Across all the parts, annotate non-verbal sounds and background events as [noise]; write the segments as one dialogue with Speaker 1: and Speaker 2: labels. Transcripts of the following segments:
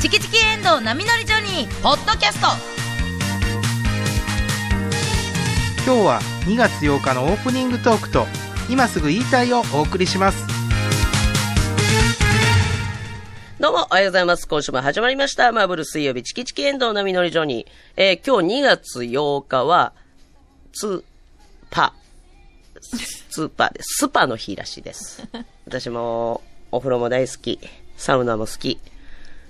Speaker 1: チキチキエンドウ波乗りジョニー」ポッドキャスト
Speaker 2: 今日は2月8日のオープニングトークと今すぐ言いたいをお送りします
Speaker 3: どうも、おはようございます。今週も始まりました。マーブル水曜日、チキチキエンドウのみのりジョニー。えー、今日2月8日は、つ、パ。スーパーです。スパの日らしいです。私も、お風呂も大好き。サウナも好き。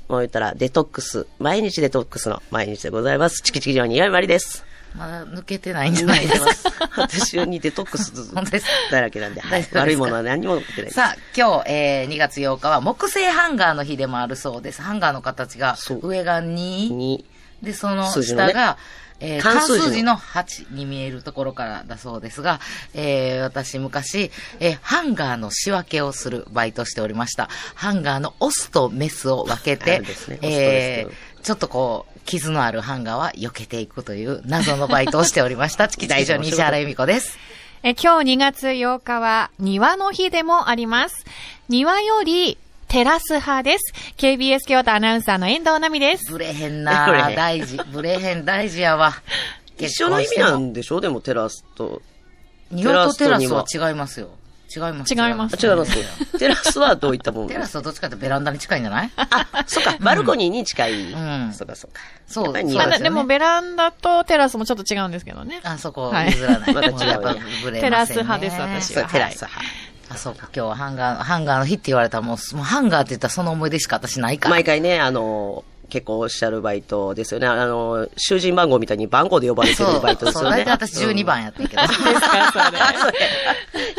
Speaker 3: もう言ったら、デトックス。毎日デトックスの毎日でございます。チキチキジョニー、よいまりです。
Speaker 1: まだ抜けてないんじゃないですか
Speaker 3: 私にデトックスず
Speaker 1: 本当ですか
Speaker 3: だらけなんで、は
Speaker 1: 大丈夫で
Speaker 3: い
Speaker 1: すか
Speaker 3: 悪いものは何にも持ってないで
Speaker 1: [laughs]
Speaker 3: す。
Speaker 1: さあ、今日、えー、2月8日は木製ハンガーの日でもあるそうです。ハンガーの形が
Speaker 3: そ、う
Speaker 1: 上が2、
Speaker 3: に、
Speaker 1: で、その
Speaker 3: 数字のね
Speaker 1: 下が、えー
Speaker 3: 漢
Speaker 1: 漢
Speaker 3: 数字の
Speaker 1: 数字の8に見えるところからだそうですが、えー、私昔、えーハンガーの仕分けをするバイトしておりました。ハンガーのオスとメスを分け
Speaker 3: あ
Speaker 1: て
Speaker 3: るんですね、
Speaker 1: え
Speaker 3: オスとメス
Speaker 1: ー、ちょっとこう、傷のあるハンガーは避けていくという謎のバイトをしておりま
Speaker 3: [laughs]
Speaker 1: した。チキ大将西原由美子です。
Speaker 4: え今日2月8日は庭の日でもあります。庭よりテラス派です。KBS 京都アナウンサーの遠藤奈美です。
Speaker 1: ブレへん
Speaker 3: ブレ
Speaker 1: な
Speaker 3: へん
Speaker 1: 大事。ブレへん大事やわ。
Speaker 3: [laughs] 一緒の意味
Speaker 1: 結
Speaker 3: な
Speaker 1: 婚しても
Speaker 3: んでしょでも、テラスと。
Speaker 1: 庭とテラス
Speaker 3: テラ
Speaker 1: は
Speaker 3: ス
Speaker 1: 違いますよ。違います。
Speaker 4: 違います
Speaker 3: あ違いますよ。テラスはどういったもの
Speaker 1: テラスはどっちかってベランダに近いんじゃない
Speaker 3: あ、そっか、バルコニーに近い。
Speaker 1: うん
Speaker 3: そっかそっか。
Speaker 1: そう
Speaker 3: やっぱり
Speaker 1: そう
Speaker 3: 庭
Speaker 4: ま
Speaker 1: すよね
Speaker 4: だでもベランダとテラスもちょっと違うんですけどね。
Speaker 1: あそこ譲らない。
Speaker 3: はいまた違
Speaker 1: や
Speaker 3: う
Speaker 1: っぱブレませんね
Speaker 4: テラス派です私
Speaker 3: そ
Speaker 4: は
Speaker 3: うテラス派。
Speaker 1: あ、そうか。今日はハンガー、ハンガーの日って言われたらもう、もうハンガーって言ったらその思い出しか私ないから。
Speaker 3: 毎回ね、あの、結構おっしゃるバイトですよね。あの、囚人番号みたいに番号で呼ばれて
Speaker 1: そ
Speaker 3: るバイ
Speaker 1: う。
Speaker 3: トです
Speaker 1: そう、
Speaker 3: よね。 [laughs]
Speaker 1: 大体私12番やってんけど。
Speaker 3: うん。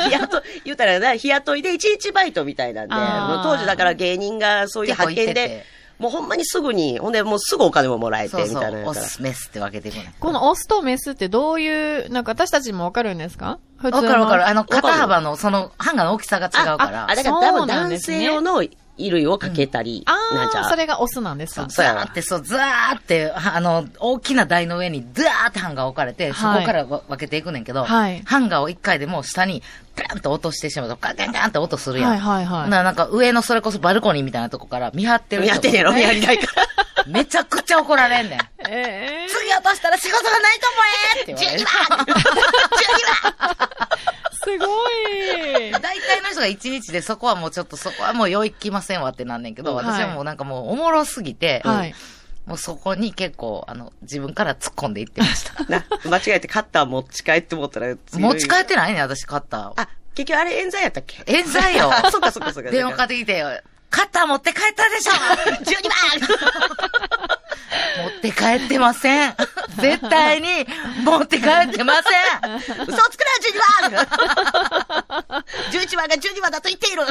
Speaker 3: 日雇い、言うたらな、日雇いで一日バイトみたいなんで、
Speaker 4: あー
Speaker 3: もう当時だから芸人がそういう派遣
Speaker 1: 結構行って
Speaker 3: で、もうほんまにすぐに、ほんでもうすぐお金ももらえて、
Speaker 1: そ
Speaker 3: み
Speaker 1: うそ
Speaker 3: たいな
Speaker 1: う。
Speaker 3: や
Speaker 1: オ
Speaker 3: つから。
Speaker 1: ス、メスって分けていくね。
Speaker 4: このオスとメスってどういう、なんか私たちもわかるんですか普通
Speaker 1: わ
Speaker 4: の。
Speaker 1: かるわかる。あの、
Speaker 3: かる
Speaker 1: 肩幅の、その、ハンガーの大きさが違う
Speaker 3: あ
Speaker 1: か
Speaker 3: あ
Speaker 1: ら
Speaker 3: あ、。だから多
Speaker 4: そ
Speaker 3: 分
Speaker 4: うなんで
Speaker 3: 男
Speaker 4: すね
Speaker 3: 性用の衣類をかけたり、なんじ
Speaker 4: あ
Speaker 3: ゃ
Speaker 4: あ、それがオスなんですか
Speaker 1: ザーって、そう、ザーって、あの、大きな台の上に、ザーってハンガー置かれて、そ
Speaker 4: はい
Speaker 1: こからわ分けていくねんけど、
Speaker 4: はい
Speaker 1: ハンガーを一回でもう下に、ガンと落としてしまうと、ガンガンガンって音するやん。
Speaker 4: はいはいはい
Speaker 1: ななんか上のそれこそバルコニーみたいなとこから見張ってる
Speaker 3: 見
Speaker 1: 人
Speaker 3: 張ってんやろ見張りたいから。
Speaker 1: めちゃくちゃ怒られんねん。
Speaker 4: ええ
Speaker 1: 次落としたら仕事がないと思えって言われる。
Speaker 4: すご
Speaker 1: [laughs]
Speaker 4: い。
Speaker 1: 大体の人が一日でそこはもうちょっとそこはもうよいきませんわってなんねんけど、
Speaker 4: はい
Speaker 1: 私はもうなんかもうおもろすぎて、
Speaker 4: はい。
Speaker 1: もうそこに結構、あの、自分から突っ込んでいってました。
Speaker 3: [laughs] な、間違えてカッター持ち帰って思ったら、。
Speaker 1: 持ち帰っててないね、私買った。
Speaker 3: あ、結局あれ冤罪やったっけ
Speaker 1: 冤罪
Speaker 3: [laughs]
Speaker 1: よ
Speaker 3: そっかそっかそっ
Speaker 1: [laughs]
Speaker 3: か。
Speaker 1: 電話かかってきて、カッター持って帰ったでしょ !12 番
Speaker 3: [laughs]
Speaker 1: 持って帰ってません。
Speaker 3: [laughs]
Speaker 1: 絶対に持って帰ってません。嘘つくな、12番
Speaker 3: [laughs] 11番が12番だと言っている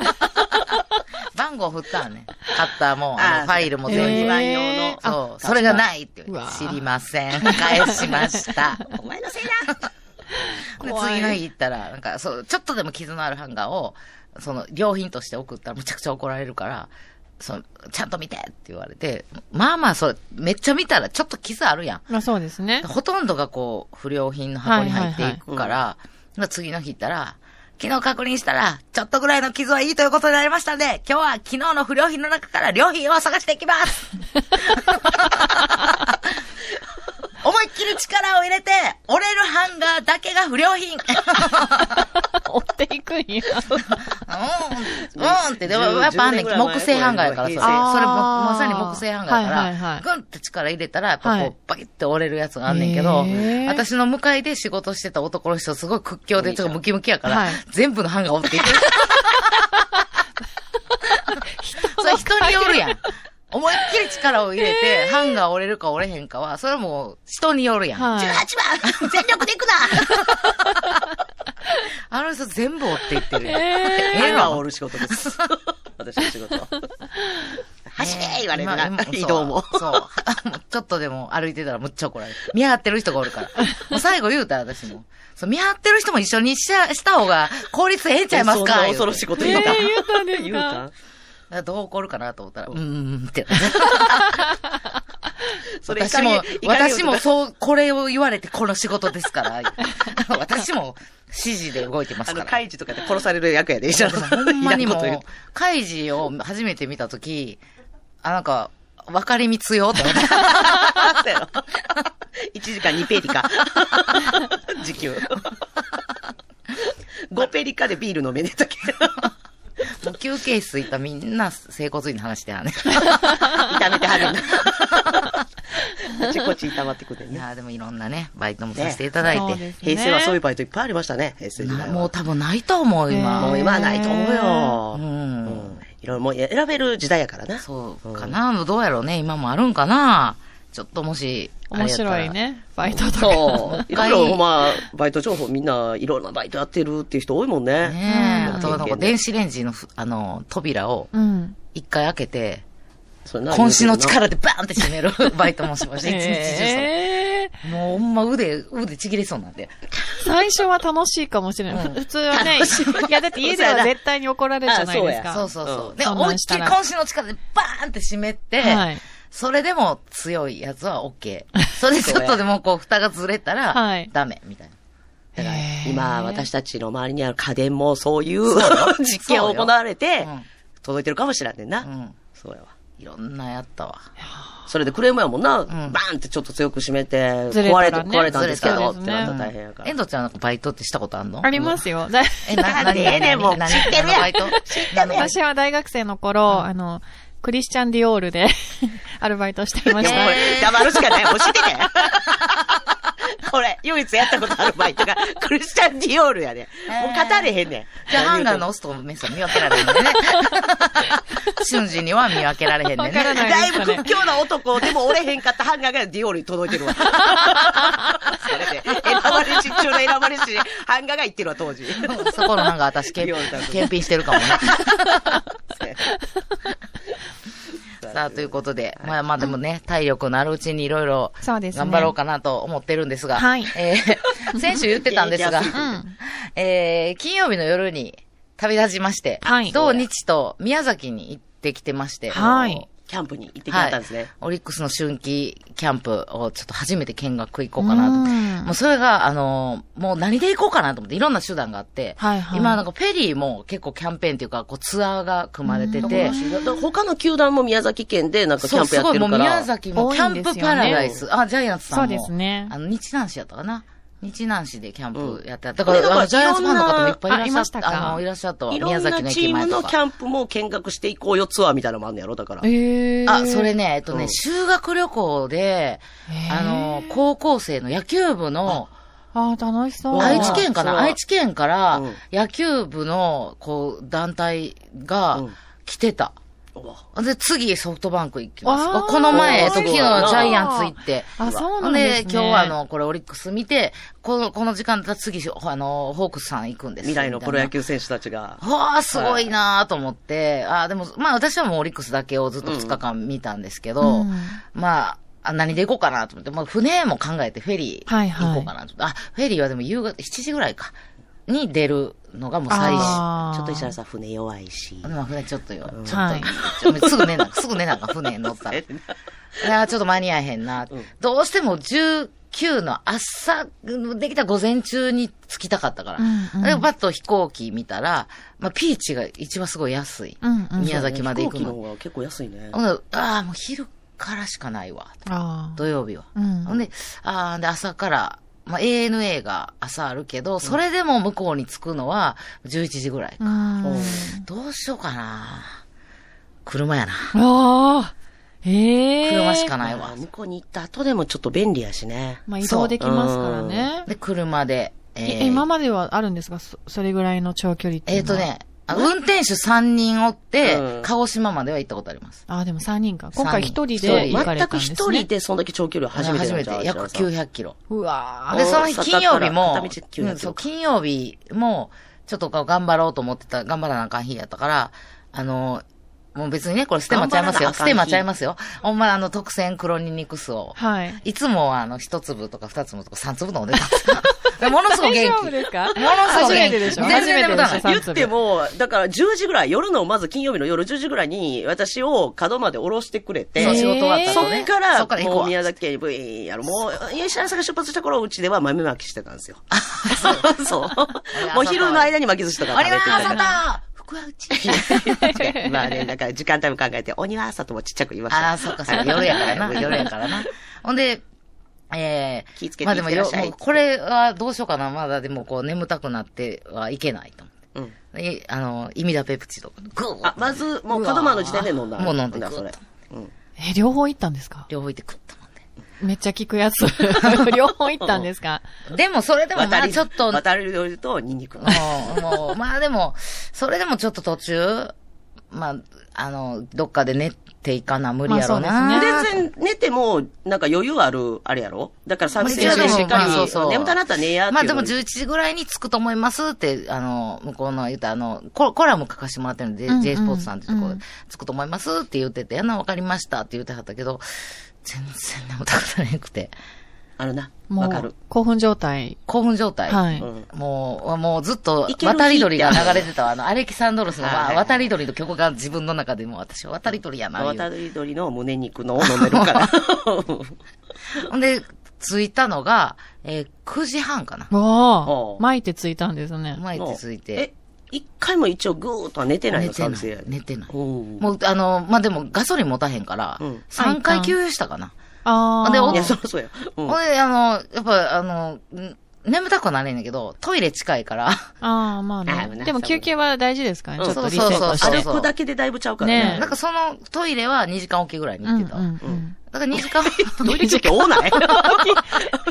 Speaker 1: [laughs]
Speaker 3: [laughs]
Speaker 1: 番号振ったんね。カッターも、
Speaker 3: あ
Speaker 1: あのファイルも
Speaker 4: えー
Speaker 1: 全部。
Speaker 3: 番用の
Speaker 1: そう、
Speaker 3: あ
Speaker 1: それがないって
Speaker 4: う
Speaker 1: 言っ
Speaker 4: わ
Speaker 1: て知りません。返しました。
Speaker 3: お前のせいだ
Speaker 1: で
Speaker 4: 怖い
Speaker 1: 次の日行ったら、なんか、そう、ちょっとでも傷のあるハンガーを、その、良品として送ったらむちゃくちゃ怒られるから、その、ちゃんと見てって言われて、まあまあ、それ、めっちゃ見たらちょっと傷あるやん。
Speaker 4: まあそうで
Speaker 1: [laughs]
Speaker 4: すね。
Speaker 1: ほとんどがこう、不良品の箱に入っていくから、まあ次の日行ったら、昨日確認したら、ちょっとぐらいの傷はいいということになりましたんで、今日は昨日の不良品の中から良品を探していきます [laughs] 思いっきり力を入れて、折れるハンガーだけが不良品
Speaker 4: 追っていくんや。
Speaker 1: うん、うんって、でもやっぱあんねん
Speaker 3: 10年ぐらい前
Speaker 1: 木製ハンガーやからさ、それも
Speaker 4: あー
Speaker 1: まさに木製ハンガーや
Speaker 4: はいはいは
Speaker 1: から、
Speaker 4: い
Speaker 1: グンって力入れたら、やっぱ
Speaker 4: は
Speaker 1: こ、
Speaker 4: いう
Speaker 1: バキって折れるやつがあんねんけど
Speaker 4: へ、ー
Speaker 1: 私の向かいで仕事してた男の人、すごい屈強で、ちょっとムキムキやから
Speaker 4: はい、
Speaker 1: 全部のハンガー折ってい
Speaker 4: [laughs]
Speaker 1: ってる。それ人によるやん。思いっきり力を入れて、ハンガー折れるか折れへんかは、それはもう人によるやん。
Speaker 4: はい
Speaker 1: 18番全力でいくな [laughs] あの人全部折っていって
Speaker 3: [laughs]
Speaker 1: るやん。
Speaker 3: ハンガーを折る仕事です。 [laughs] 私の仕事。走れ言われる
Speaker 1: まあ
Speaker 3: な
Speaker 1: で。
Speaker 3: [laughs] 移動も。
Speaker 1: そう。 [laughs] そうもうちょっとでも歩いてたらむっちゃ怒
Speaker 3: [laughs]
Speaker 1: られる。見張ってる人がおるから。もう最後言うたら私も。そう、見張ってる人も一緒にしちゃ、した方が効率ええんちゃいますか
Speaker 3: そん
Speaker 1: 言う
Speaker 3: な
Speaker 1: て
Speaker 3: 恐ろしいこと言うた。
Speaker 4: えー言うたんですか
Speaker 3: [laughs] 言うた
Speaker 1: だからどう怒るかなと思ったら、うーんって。
Speaker 3: [laughs] それ
Speaker 1: 私も
Speaker 3: いかにい、かに
Speaker 1: 私もそう、これを言われてこの仕事ですから。
Speaker 3: [laughs]
Speaker 1: 私も指示で動いてま
Speaker 3: あ
Speaker 1: すか
Speaker 3: の、
Speaker 1: ら。
Speaker 3: カイジとかで殺される役やで、一緒 [laughs]
Speaker 1: ほんまにも
Speaker 3: いらんこと言う
Speaker 1: う、カイジを初めて見たとき、あ、なんか、分かりみつよって思って。
Speaker 3: そうやろ。1時間2ペ
Speaker 1: [laughs]
Speaker 3: リ [laughs] か。時給。5ペリかでビール飲めねえ
Speaker 1: [laughs]
Speaker 3: だけど。
Speaker 1: もう休憩室行ったらみんな整骨院の話だ
Speaker 4: [laughs]
Speaker 1: よね。
Speaker 3: 炒めてはるんだ。
Speaker 1: [laughs]
Speaker 3: あちこち炒まってくる
Speaker 1: い
Speaker 3: ね。
Speaker 1: やーでもいろんなね、バイトもさせていただい
Speaker 4: そう
Speaker 1: て。
Speaker 4: ですね
Speaker 3: 平成はそういうバイトいっぱいありましたね、平成時
Speaker 1: な
Speaker 3: 代は。
Speaker 1: もう多分ないと思う、今。
Speaker 3: もう今はないと思うよ。
Speaker 1: う
Speaker 3: うん
Speaker 1: ん。
Speaker 3: いろいろもう選べる時代やからな。
Speaker 1: そうかな、どうやろうね。今もあるんかな。ちょっともし、
Speaker 4: 面白い
Speaker 1: あれやっ
Speaker 4: ね。バイトとか。
Speaker 3: そう。いろ
Speaker 1: 回
Speaker 3: いろ、ほんまあ、バイト情報みんないろんなバイトやってるっていう人多いもん
Speaker 1: たら。
Speaker 3: ね。
Speaker 1: ねえ。
Speaker 3: うん
Speaker 1: あと、なんか電子レンジのふ、あの、扉を
Speaker 4: うん。
Speaker 1: 一回開けて、
Speaker 3: そうやな
Speaker 1: 渾身の力でバーンって閉める
Speaker 4: [laughs]
Speaker 1: バイトもしました。一日中
Speaker 4: えー
Speaker 1: それ。もうほんま腕、腕ちぎれそうなんで。
Speaker 4: 最初は楽しいかもしれない。
Speaker 1: うん
Speaker 4: 普通はね、いやだって家では絶対に怒られるじゃないですか。
Speaker 1: そうそうそう。
Speaker 3: うん
Speaker 1: で、
Speaker 4: そん
Speaker 1: 思
Speaker 4: ない
Speaker 1: っ
Speaker 4: んし
Speaker 1: き
Speaker 4: た
Speaker 1: り
Speaker 4: ら
Speaker 1: 渾身の力でバーンって閉めて、
Speaker 4: はい。
Speaker 1: それでも強いやつは OK。それ [laughs] でちょっとでもこう、蓋がずれた
Speaker 4: は
Speaker 1: ら
Speaker 4: い、
Speaker 1: ダメ、みたいな。
Speaker 3: だから
Speaker 4: へー
Speaker 3: 今、私たちの周りにある家電もそういう [laughs] 実験
Speaker 1: そうよ
Speaker 3: を行われて
Speaker 1: うん、
Speaker 3: 届いてるかもしれんねん
Speaker 1: う
Speaker 3: な。
Speaker 1: ん。
Speaker 3: そうやわ。
Speaker 1: いろんなやったわ。
Speaker 3: それでクレームやもんな、バー
Speaker 1: ん
Speaker 3: ンってちょっと強く締めて、
Speaker 4: ずれ
Speaker 3: 壊
Speaker 4: た
Speaker 3: れた、
Speaker 4: らね
Speaker 3: 壊れたんですけど、っ
Speaker 4: ず
Speaker 3: て
Speaker 4: れたら
Speaker 3: な
Speaker 4: ね
Speaker 3: ったら大変やか
Speaker 1: エン
Speaker 3: ら。
Speaker 1: ドちゃんなんかバイトってしたことあんの
Speaker 4: ありますよ。だ
Speaker 1: え、な、なに、
Speaker 3: ええねんも
Speaker 1: 知
Speaker 3: う
Speaker 1: ってるやん。バイト知ってるやん。
Speaker 4: 私は大学生の頃、あの、クリスチャン・ディオールで [laughs] アルバイトしていま
Speaker 3: で
Speaker 4: し
Speaker 3: も
Speaker 1: ね
Speaker 4: た
Speaker 3: こ。れ、黙るしかない。教えてね。 [laughs] これ、唯一やったことあるバイトが、クリスチャン・ディオールやで。もう語れへんねん。
Speaker 1: じゃあ、ハンガーのオスとメスは見分けられへんねん [laughs] ね。瞬時には見分けられへんねん
Speaker 4: わから
Speaker 1: ね。
Speaker 4: ない
Speaker 3: だいぶ屈強な男、でも折れへんかったハンガーがディオールに届
Speaker 1: [laughs]
Speaker 3: いてるわ。それで、選ばれし、中の選ばれし、ハンガーが行ってるわ、
Speaker 1: [laughs]
Speaker 3: 当時。
Speaker 1: そこのハンガー私、検検品してるかもね。さあ、ということで、まあまあでもね、体力のあるうちにいろいろ
Speaker 4: そうですね
Speaker 1: 頑張ろうかなと思ってるんですが、
Speaker 4: はい
Speaker 1: えー
Speaker 4: [laughs]
Speaker 1: 先週言ってたんですが
Speaker 3: 元気、
Speaker 4: う
Speaker 3: や
Speaker 4: ん。
Speaker 1: えー金曜日の夜に旅立ちまして、
Speaker 4: はい
Speaker 1: 同日と宮崎に行ってきてまして、
Speaker 4: はい
Speaker 3: キャンプに行ってきはったんですね。
Speaker 1: オリックスの春季キャンプをちょっと初めて見学行こうかなと。
Speaker 4: うん
Speaker 1: もうそれが、あのーもう何で行こうかなと思って、いろんな手段があって、
Speaker 4: はいはい
Speaker 1: 今なんかフェリーも結構キャンペーンっていうか、こうツアーが組まれてて
Speaker 3: で、他の球団も宮崎県でなんかキ
Speaker 1: そ
Speaker 3: ャ
Speaker 1: う、
Speaker 3: ンプや
Speaker 1: す
Speaker 3: っ
Speaker 1: ご
Speaker 3: て
Speaker 1: いも
Speaker 3: る
Speaker 1: う
Speaker 3: から。
Speaker 1: 宮崎も
Speaker 4: 多
Speaker 1: キ
Speaker 4: い
Speaker 1: ャ
Speaker 4: んで
Speaker 1: ン
Speaker 4: すよ
Speaker 1: プ
Speaker 4: ね
Speaker 1: パラダイス、あ、ジャイアンツさんも。
Speaker 4: そうですね
Speaker 1: あの、日南市やったかな日南市でキャンプやってた。だ
Speaker 3: こ
Speaker 1: か
Speaker 3: れだか
Speaker 1: ら、
Speaker 3: ら
Speaker 1: あのジャイアンツファンの方もいっ
Speaker 4: いろんな
Speaker 1: ぱ
Speaker 4: あ
Speaker 1: いいら
Speaker 4: いま
Speaker 1: っ
Speaker 4: し
Speaker 1: しゃ
Speaker 4: た
Speaker 1: っ
Speaker 4: か
Speaker 1: た。あの、いらっしゃったわ。
Speaker 3: いろ
Speaker 1: 宮
Speaker 3: ん
Speaker 1: 崎の
Speaker 3: なチ
Speaker 1: 駅
Speaker 3: ーム
Speaker 1: 前と
Speaker 3: のキ
Speaker 1: か。
Speaker 3: ャンプも見学していこうよツアーみたいなのもあんねやろ、だから。
Speaker 4: えー
Speaker 1: あ、それね、えっとね、
Speaker 3: うん
Speaker 1: 修学旅行で、あの、高校生の野球部の、
Speaker 4: あー、楽しそう。
Speaker 1: 愛知県か
Speaker 3: そ
Speaker 1: な
Speaker 3: う
Speaker 1: 愛知県から
Speaker 3: うん
Speaker 1: 野球部の、こう、団体
Speaker 3: う
Speaker 1: が
Speaker 3: ん
Speaker 1: 来てた。
Speaker 3: お
Speaker 1: で、次ソフトバンク行きます。
Speaker 4: あー
Speaker 1: この前、えっと
Speaker 3: す
Speaker 1: 昨
Speaker 3: ご
Speaker 1: 日
Speaker 3: い
Speaker 1: ジ
Speaker 3: な
Speaker 1: ャイアンツ行って。
Speaker 4: あ、そう
Speaker 1: ほ
Speaker 4: なんん
Speaker 1: で
Speaker 4: ですね。
Speaker 1: 今日はあの、これオリックス見て、この、この時間だったら次、あの、ホークスさん行くんです。
Speaker 3: 未来のプロ野
Speaker 1: 球。
Speaker 3: 球選手たちが。
Speaker 1: はあ、すごいなと思って、ああ、でも、まあ私はもうオリックスだけをずっと2日間見たんですけど、
Speaker 4: うん
Speaker 1: まあ、あ何で行こうかなと思って、まあ船も考えてフェリ
Speaker 4: は
Speaker 1: ー
Speaker 4: いはい
Speaker 1: 行こうかなと思って、あ、フェリーはでも夕方7時ぐらいか、に出るのがもう最初。
Speaker 4: あー
Speaker 3: ちょっと石原さん、船弱いし。
Speaker 1: まあ船ちょっとよ、ちょっと、
Speaker 4: はい
Speaker 1: ちょすぐ寝な、すぐ寝なあかん船に乗ったら。いやーちょっと間に合えへんな。どうしても19の朝、できた午前中に着きたかったから。
Speaker 4: うんうん
Speaker 1: で、パッと飛行機見たら、まあ、ピーチが一番すごい安い。
Speaker 4: うんうん
Speaker 1: 宮崎まで行く
Speaker 3: 飛行機
Speaker 1: の。
Speaker 3: の方が結構安いね。
Speaker 1: ほんならああ、もう昼からしかないわ。
Speaker 4: あー
Speaker 1: 土曜日は。
Speaker 4: うん
Speaker 1: ほんで、あーで、朝から、まあ、ANA が朝あるけど、それでも向こうに着くのは11時ぐらい。
Speaker 4: うん
Speaker 3: うん
Speaker 1: どうしようかな車やな。
Speaker 4: あーええー。
Speaker 1: 車しか
Speaker 4: な
Speaker 1: ないわ。
Speaker 3: 向こうに行った後でもちょっと便利やしね。
Speaker 4: まあ移動できますからね。
Speaker 1: で、車で。え
Speaker 4: え、今まではあるんですかそそれぐらいの長距離ってい
Speaker 1: え
Speaker 4: う
Speaker 1: ー
Speaker 4: の
Speaker 1: と
Speaker 4: は。
Speaker 1: ね、あ運転手3人おって、
Speaker 3: うん
Speaker 1: 鹿児島までは行ったことあります。
Speaker 4: あー、でも3人か。今回1人
Speaker 1: 一人
Speaker 4: で行かれ
Speaker 3: 全
Speaker 4: たん
Speaker 3: く
Speaker 4: ですね。
Speaker 3: 一人でそんだけ長距離は初めてなんちゃう
Speaker 1: 約
Speaker 3: 石原さ
Speaker 1: 900
Speaker 3: ん
Speaker 1: キロ。
Speaker 4: うわ
Speaker 1: で、
Speaker 4: ー
Speaker 3: お
Speaker 1: その日
Speaker 3: 大阪
Speaker 1: 金曜日も
Speaker 3: から片道900、キロ
Speaker 1: うんそう、金曜日も、ちょっとこう頑張ろうと思ってた、頑張らなあかん日やったから、あの、もう別にね、これ捨てまちゃいますよ。
Speaker 3: 頑張らなあか
Speaker 1: 捨
Speaker 3: ん日
Speaker 1: てまちゃいますよ。ほんまあの特選黒ニンニク酢を。
Speaker 4: はい。
Speaker 1: いつもあの、一粒とか二粒とか三粒飲んでたんです
Speaker 3: [laughs]
Speaker 1: よものすごく
Speaker 4: 大
Speaker 1: 元気
Speaker 4: 丈夫。ですかもの
Speaker 1: すごく元気
Speaker 4: 初めてでしょ
Speaker 1: 全
Speaker 4: 初
Speaker 1: 然
Speaker 4: めてでしょ
Speaker 1: 全
Speaker 4: 三
Speaker 3: 言
Speaker 4: 粒
Speaker 3: っても、だから10時ぐらい、夜のまず金曜日の夜10時ぐらいに、私を角まで降ろしてくれて、
Speaker 1: そう、仕事終わった
Speaker 3: そ
Speaker 1: 後
Speaker 3: っ
Speaker 1: ね。
Speaker 3: から、
Speaker 1: そっから行
Speaker 3: も
Speaker 1: こ
Speaker 3: う
Speaker 1: うわ。
Speaker 3: 宮崎県にブイーンやろ。もう、石原さんが出発した頃、うちでは豆
Speaker 1: [laughs]
Speaker 3: まきしてたんですよ。そう。もう昼の間に巻き寿司とか
Speaker 1: あ
Speaker 3: 食べ
Speaker 1: り
Speaker 3: て
Speaker 1: が
Speaker 3: た
Speaker 1: とうござ
Speaker 3: か
Speaker 1: い
Speaker 3: ら。
Speaker 1: ま福は
Speaker 3: [laughs]
Speaker 1: 内。
Speaker 3: 違 [laughs] うまあね、だから時間帯も考えて、鬼は朝ともちっちゃく言いました。
Speaker 1: ああ、そうか、そうか、夜やからな。夜やからな。ほんで、えー、
Speaker 3: 気ぃつけて
Speaker 1: まあでも
Speaker 3: いってら
Speaker 1: よ
Speaker 3: っしゃい
Speaker 1: もうこれはどうしようかな。まだでもこう眠たくなってはいけないと思って。
Speaker 3: うん。
Speaker 1: えあの、イミダペプチド。グー
Speaker 3: あ、まず、もう角間の時点で飲んだ。
Speaker 1: もう飲んで
Speaker 3: それ
Speaker 1: ずっ。
Speaker 3: うん。
Speaker 4: え、両方行ったんですか
Speaker 1: 両方いてクッと飲んで。
Speaker 4: めっちゃ効くやつ。両方行ったんですか
Speaker 1: でもそれでもま
Speaker 3: 渡
Speaker 1: あ
Speaker 3: り、
Speaker 1: ちょっと、
Speaker 3: 渡り鳥とニンニク。
Speaker 1: うんもう、まあでも、それでもちょっと途中、まあ、あの、どっかで寝ていかな無理やろな。
Speaker 4: まあそうですね
Speaker 3: 全然寝ても、なんか余裕ある、あれやろだからサービス
Speaker 1: 一応でも
Speaker 3: しっか
Speaker 1: まあそうそ
Speaker 3: り、
Speaker 1: う
Speaker 3: 眠たなったら寝やっていう。
Speaker 1: まあでも11時ぐらいに着くと思いますって、あの、向こうの言うたあの、ココラム書かせてもらってるんで、
Speaker 4: うんうん
Speaker 1: J スポーツさんっていうところ
Speaker 4: うん
Speaker 1: で、着くと思いますって言ってて、やな、わかりましたって言ってはったけど、全然眠たくなれなくて、
Speaker 3: あるな。
Speaker 4: も
Speaker 3: わかる
Speaker 4: う。、興奮状態。
Speaker 1: 興奮状態。
Speaker 4: は
Speaker 3: う
Speaker 4: い。
Speaker 3: ん。
Speaker 1: もう、もうずっと
Speaker 3: い、ける日
Speaker 1: 渡り鳥が流れてたわ。あの、アレキサンドロスの、
Speaker 3: はいは
Speaker 1: ま
Speaker 3: い
Speaker 1: あ、渡り鳥の曲が自分の中でも私は渡り鳥やな、言うて
Speaker 3: 渡り鳥の胸肉のを飲んでる
Speaker 1: [laughs]
Speaker 3: から。
Speaker 1: ほんで、着いたのが、えー9時半かな。
Speaker 4: お
Speaker 3: お
Speaker 4: ー
Speaker 3: う
Speaker 4: 巻いてついたんですね。
Speaker 1: 前に着いて。
Speaker 3: え、一回も一応グーッとは寝てないの、
Speaker 1: 寝て
Speaker 3: 撮
Speaker 1: な
Speaker 3: 影
Speaker 1: い。寝てない。
Speaker 3: も
Speaker 1: もう、あの、まあ、でも、ガソリン持たへんから、
Speaker 3: うん
Speaker 1: 3回給油したかな。
Speaker 4: ああ。
Speaker 1: でお
Speaker 3: いや、そりゃそうや。うん
Speaker 1: ほんで、あの、やっぱ、あの、ん眠たくはなれんねんけど、トイレ近いから、
Speaker 4: ああ、まあ
Speaker 3: あーまあ
Speaker 4: ね。
Speaker 3: な
Speaker 4: でも休憩は大事ですからね。
Speaker 3: う
Speaker 4: ちょ
Speaker 3: ん
Speaker 4: っとリセットし
Speaker 1: そうそう
Speaker 4: て。
Speaker 1: そう
Speaker 3: 歩くだけでだいぶちゃうから
Speaker 4: ね
Speaker 3: ね。
Speaker 1: なんかそのトイレは2時間おきぐらいに
Speaker 4: うん
Speaker 1: 行っ
Speaker 4: うん
Speaker 1: てた。
Speaker 4: うん。
Speaker 1: だから2時間、
Speaker 3: [laughs] トイレ休憩多ない [laughs]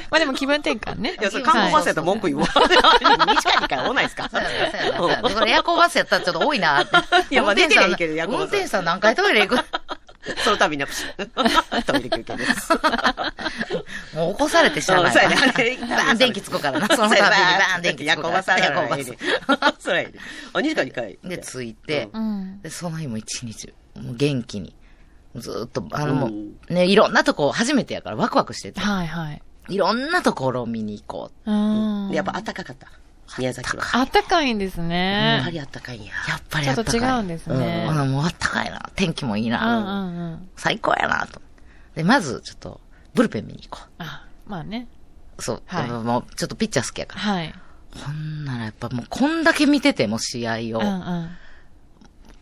Speaker 4: まあでも気分転換ね。
Speaker 3: いや、それ観光バスやったら文句言わ [laughs] ない。短いから多ないですか
Speaker 1: そうやな、そうやなそうやな。だから夜行バスやったらちょっと多いなって。
Speaker 3: い [laughs] やまあ
Speaker 1: 運転手さん
Speaker 3: 出てりゃいいけど夜行
Speaker 1: 運
Speaker 3: バスは
Speaker 1: 転手さん何回トイレ行
Speaker 3: [laughs]
Speaker 1: く
Speaker 3: そのたびに、プシッ。トイレ休憩です。
Speaker 1: もう起こされてしゃあない
Speaker 3: そう
Speaker 1: わ。
Speaker 3: やねあれ
Speaker 1: バーン電気つこうからな。そのたびにバーン電気つ
Speaker 3: 夜
Speaker 1: こう
Speaker 3: 行
Speaker 1: から。
Speaker 3: バスやか
Speaker 1: 夜行
Speaker 3: ら
Speaker 1: バス
Speaker 3: ええねそれいいね。あ、2時間に回。
Speaker 1: で、着いて、
Speaker 4: うん。
Speaker 1: で、その日も一日、もう元気に。ずーっと、あの、も
Speaker 3: うん
Speaker 1: う、ね、いろんなとこ、初めてやからワクワクしてて、
Speaker 4: はいはい。
Speaker 1: いろんなところを見に行こう。
Speaker 4: うん。
Speaker 3: でやっぱ暖かかった。宮崎は。
Speaker 4: あったかいんです
Speaker 3: やっぱ
Speaker 4: ね。
Speaker 3: り暖かいんや。
Speaker 1: やっぱり
Speaker 4: ちょ
Speaker 1: あっ
Speaker 4: っ
Speaker 1: たか
Speaker 4: と
Speaker 1: い。
Speaker 4: 違うんですね。
Speaker 1: うんあのもうあったかいな。天気もいい
Speaker 4: うんう
Speaker 1: な。
Speaker 4: んうん。
Speaker 1: 最高やなと。で、まず、ちょっと、ブルペン見に行こ
Speaker 4: あ、まあね。
Speaker 1: う。そう。
Speaker 4: はい
Speaker 1: やっぱもう、ちょっとピッチャー好きやから。
Speaker 4: はい。
Speaker 1: ほんなら、やっぱもう、こんだけ見てても試合
Speaker 4: うん
Speaker 1: を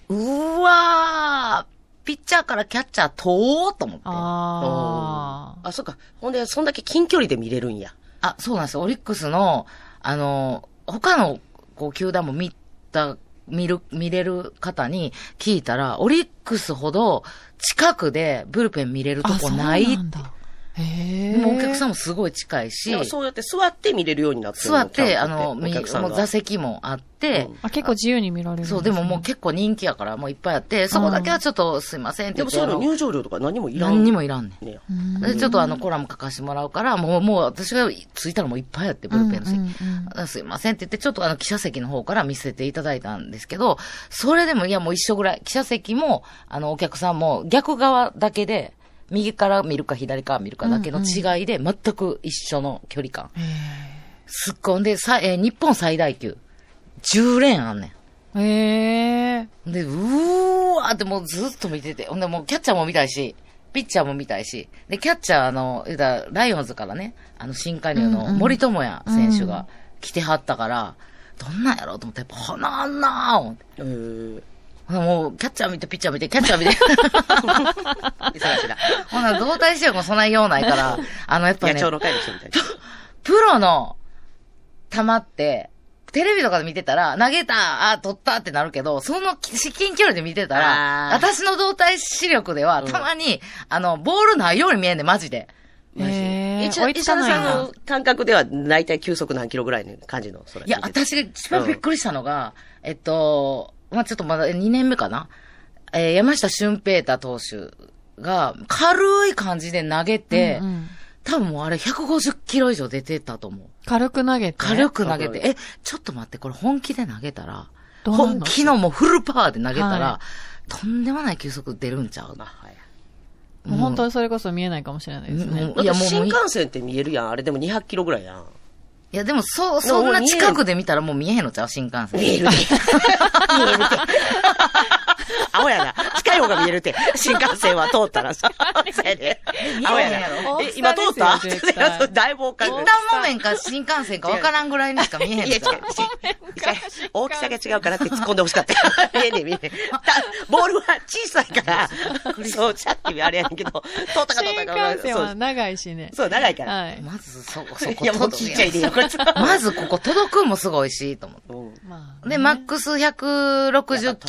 Speaker 4: う。ん。
Speaker 1: うわー、ピッチャーからキャッチャー遠ーと思って。
Speaker 4: ああ。
Speaker 3: あ、そっか。ほんで、そんだけ近距離で見れるんや。
Speaker 1: あ、そうなんですよ。オリックスの、あの、他の、こう、球団も見た、見る、見れる方に聞いたら、オリックスほど近くでブルペン見れると
Speaker 4: あ、
Speaker 1: こない
Speaker 4: そう。んだ。へえ。
Speaker 1: もうお客さん
Speaker 4: ん。
Speaker 1: もすごい近いし
Speaker 3: で、もそうやって座って見れるようになってる
Speaker 1: 座って、あの、み
Speaker 3: み
Speaker 1: もう座席もあって、
Speaker 4: あ、結構自由に見られるんすね。
Speaker 1: そう、でももう結構人気やから、もういっぱいあって、そこだけはちょっとすいませんって言
Speaker 3: でも
Speaker 1: って、
Speaker 3: そういうの
Speaker 1: あの
Speaker 3: 入場料とか何もいらん。
Speaker 1: 何にもいらんねん。
Speaker 3: ね
Speaker 4: うん。
Speaker 1: で、ちょっとあの、コラム書かせてもらうから、もう、もう私が着いたらもういっぱいあって、ブルペンの席。
Speaker 4: うんうんうん
Speaker 1: あすいませんって言って、ちょっとあの、記者席の方から見せていただいたんですけど、それでも、いやもう一緒ぐらい、記者席も、あの、お客さんも逆側だけで、右から見るか左から見るかだけの違いで、全く一緒の距離感。すっごい。で、さ、えー日本最大級。10連あんねん。
Speaker 4: へえ。
Speaker 1: で、うーわーってもうずっと見てて。ほんで、もうキャッチャーも見たいし、ピッチャーも見たいし。で、キャッチャー、あの、言うたらライオンズからね、あの、新加入
Speaker 4: うん
Speaker 1: の
Speaker 4: うん
Speaker 1: 森友哉選手が来てはったから、どんなんやろうと思って、やっぱ、ほなあんなー思って。
Speaker 3: えー、
Speaker 1: ほなもう、キャッチャー見て、ピッチャー見て、キャッチャー見
Speaker 4: [laughs]
Speaker 1: て。
Speaker 3: 忙しいな。
Speaker 1: ほな、動体視力もそんな用ないから、あの、やっぱ
Speaker 3: 野
Speaker 1: ね、
Speaker 3: 鳥の会の人みたい
Speaker 1: プロの球って、テレビとかで見てたら、投げた、あ、取ったってなるけど、その至近距離で見てたら、
Speaker 3: あー
Speaker 1: 私の動体視力では、
Speaker 3: うん
Speaker 1: たまに、あの、ボールないように見えんねん、マジで。
Speaker 3: な。マジで。
Speaker 4: へえ。
Speaker 3: 一
Speaker 4: 追
Speaker 3: 応、
Speaker 4: いつ
Speaker 3: 石
Speaker 4: か
Speaker 3: 原
Speaker 4: ない
Speaker 3: さん
Speaker 4: な
Speaker 3: の。感覚では、大体球速何キロぐらいの感じの、それ。
Speaker 1: いや、私が一番びっくりしたのが、えっと、まあ、ちょっとまだ2年目かな。えー山下俊平太投手が、軽い感じで投げて、
Speaker 4: うんうん
Speaker 1: 多分もうあれ150キロ以上出てたと思う。
Speaker 4: 軽く投げて。
Speaker 1: 軽く投げて
Speaker 3: う、ん
Speaker 1: え、ちょっと待って、これ本気で投げたら、
Speaker 4: どうなるの
Speaker 1: 本気のもうフルパワーで投げたら、
Speaker 4: は
Speaker 1: とんでもない球速出るんちゃう
Speaker 3: まあ、はい。
Speaker 4: もう本当にそれこそ見えないかもしれないですね。
Speaker 1: い
Speaker 3: い
Speaker 1: や
Speaker 3: や、
Speaker 1: もう
Speaker 3: 新幹線って見えるやん。あれでも200キロぐらいやん。
Speaker 1: いや、でも、そう、そんな近くで見たらもう見えへんのちゃう新幹線。
Speaker 3: 見えるで。見えるで。青やな。近い方が見えるって。新幹線は通ったらさ。そうやで。青や
Speaker 1: 見えへん
Speaker 3: な
Speaker 1: や。ろ
Speaker 3: え、今通った
Speaker 4: 大きさですよ絶対
Speaker 3: [laughs] だいぶおかしい
Speaker 1: 一旦もめんか新幹線かわからんぐらいにしか見えへん
Speaker 3: いや違う
Speaker 1: から。
Speaker 3: 違う大きさが違うからって突っ込んでほしかった。見えねえ見えねえ。たボールは小さいから、そう、ちゃってあれやねんけど、通ったか通った
Speaker 4: 新
Speaker 3: か
Speaker 4: 幹線
Speaker 3: そ
Speaker 4: は
Speaker 3: う。
Speaker 4: 長いしね。
Speaker 3: そう、長いから。
Speaker 4: はい。
Speaker 1: まずそ、そ
Speaker 3: いや、も
Speaker 1: こ
Speaker 3: う
Speaker 1: 届
Speaker 3: ちっ
Speaker 1: く
Speaker 3: ちゃ
Speaker 1: や
Speaker 3: い
Speaker 1: ん
Speaker 3: でいいよ、こい
Speaker 1: [laughs]
Speaker 3: つ。
Speaker 1: まずここ届くんもすごいし、と思って。
Speaker 3: うん
Speaker 4: まあ
Speaker 1: で、
Speaker 4: ね、
Speaker 1: マックス160キロの
Speaker 3: いや隣だ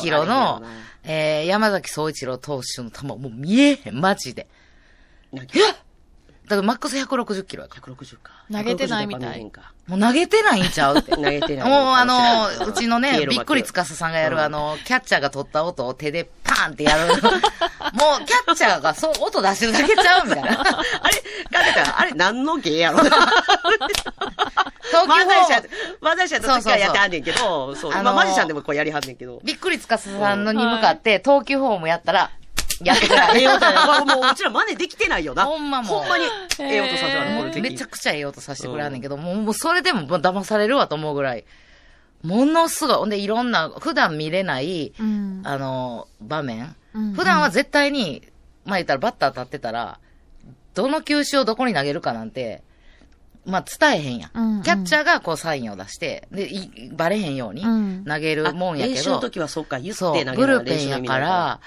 Speaker 3: よな、
Speaker 1: えー、山崎総一郎投手の球、もう見えへん、マジで。
Speaker 3: なんか
Speaker 1: えだからマックス160キロやから。
Speaker 3: 160か。
Speaker 4: 投げてないみたい
Speaker 3: 160とか
Speaker 1: もう投げてないんちゃうって。
Speaker 3: [laughs] 投げてない
Speaker 1: もうあの、
Speaker 3: [laughs] うん
Speaker 1: うちの
Speaker 3: ピエ
Speaker 1: ね、
Speaker 3: ロ
Speaker 1: びっくりつかささんがや
Speaker 3: うん
Speaker 1: るあの、キャッチャーが取った音を手でパーンってや [laughs] る。もうキャッチャーがそう音出してるだけちゃうみたいな。
Speaker 3: [laughs] 見えへんかあれ、かけたら、あれ何の芸
Speaker 1: [laughs]
Speaker 3: やろな。
Speaker 1: 東
Speaker 3: 漫才師
Speaker 1: 京
Speaker 3: や
Speaker 1: ホーム、
Speaker 3: 漫才師やった時からやってはんねんけど、そう。
Speaker 1: あ
Speaker 3: まあ
Speaker 1: の
Speaker 3: マジシャンでもこうやりはんねんけど。
Speaker 1: びっくりつかささんのに向かって、東急ホームやったら、やってくれ
Speaker 3: ええ音やな。これ [laughs] もううちら真似できてないよ
Speaker 1: [laughs]
Speaker 3: な。
Speaker 1: ほんまもう
Speaker 3: ほんまに。ええ音させられる、これ
Speaker 1: めちゃ
Speaker 3: ゃ
Speaker 1: くちゃええ音させてくれはんねんけど、もう、もうそれでも騙されるわと思うぐらい、ものすごい、ほんでいろんな、普段見れない、
Speaker 4: うん
Speaker 1: あの、場面。
Speaker 4: うん
Speaker 1: 普段は絶対に、まあ言ったらバッター立ってたら、どの球種をどこに投げるかなんて、まあ伝えへんやん。
Speaker 4: うんうん
Speaker 1: キャッチャーがこうサインを出して、で、いバレへんように
Speaker 4: うん
Speaker 1: 投げるもんやけど。
Speaker 3: 練習の時はそうか、言って投
Speaker 1: そ
Speaker 3: げ
Speaker 1: う、
Speaker 3: なが
Speaker 1: ブ
Speaker 3: ら
Speaker 1: ル
Speaker 3: 練
Speaker 1: ペン
Speaker 3: 習の意
Speaker 1: や
Speaker 3: 味
Speaker 1: か、
Speaker 3: だから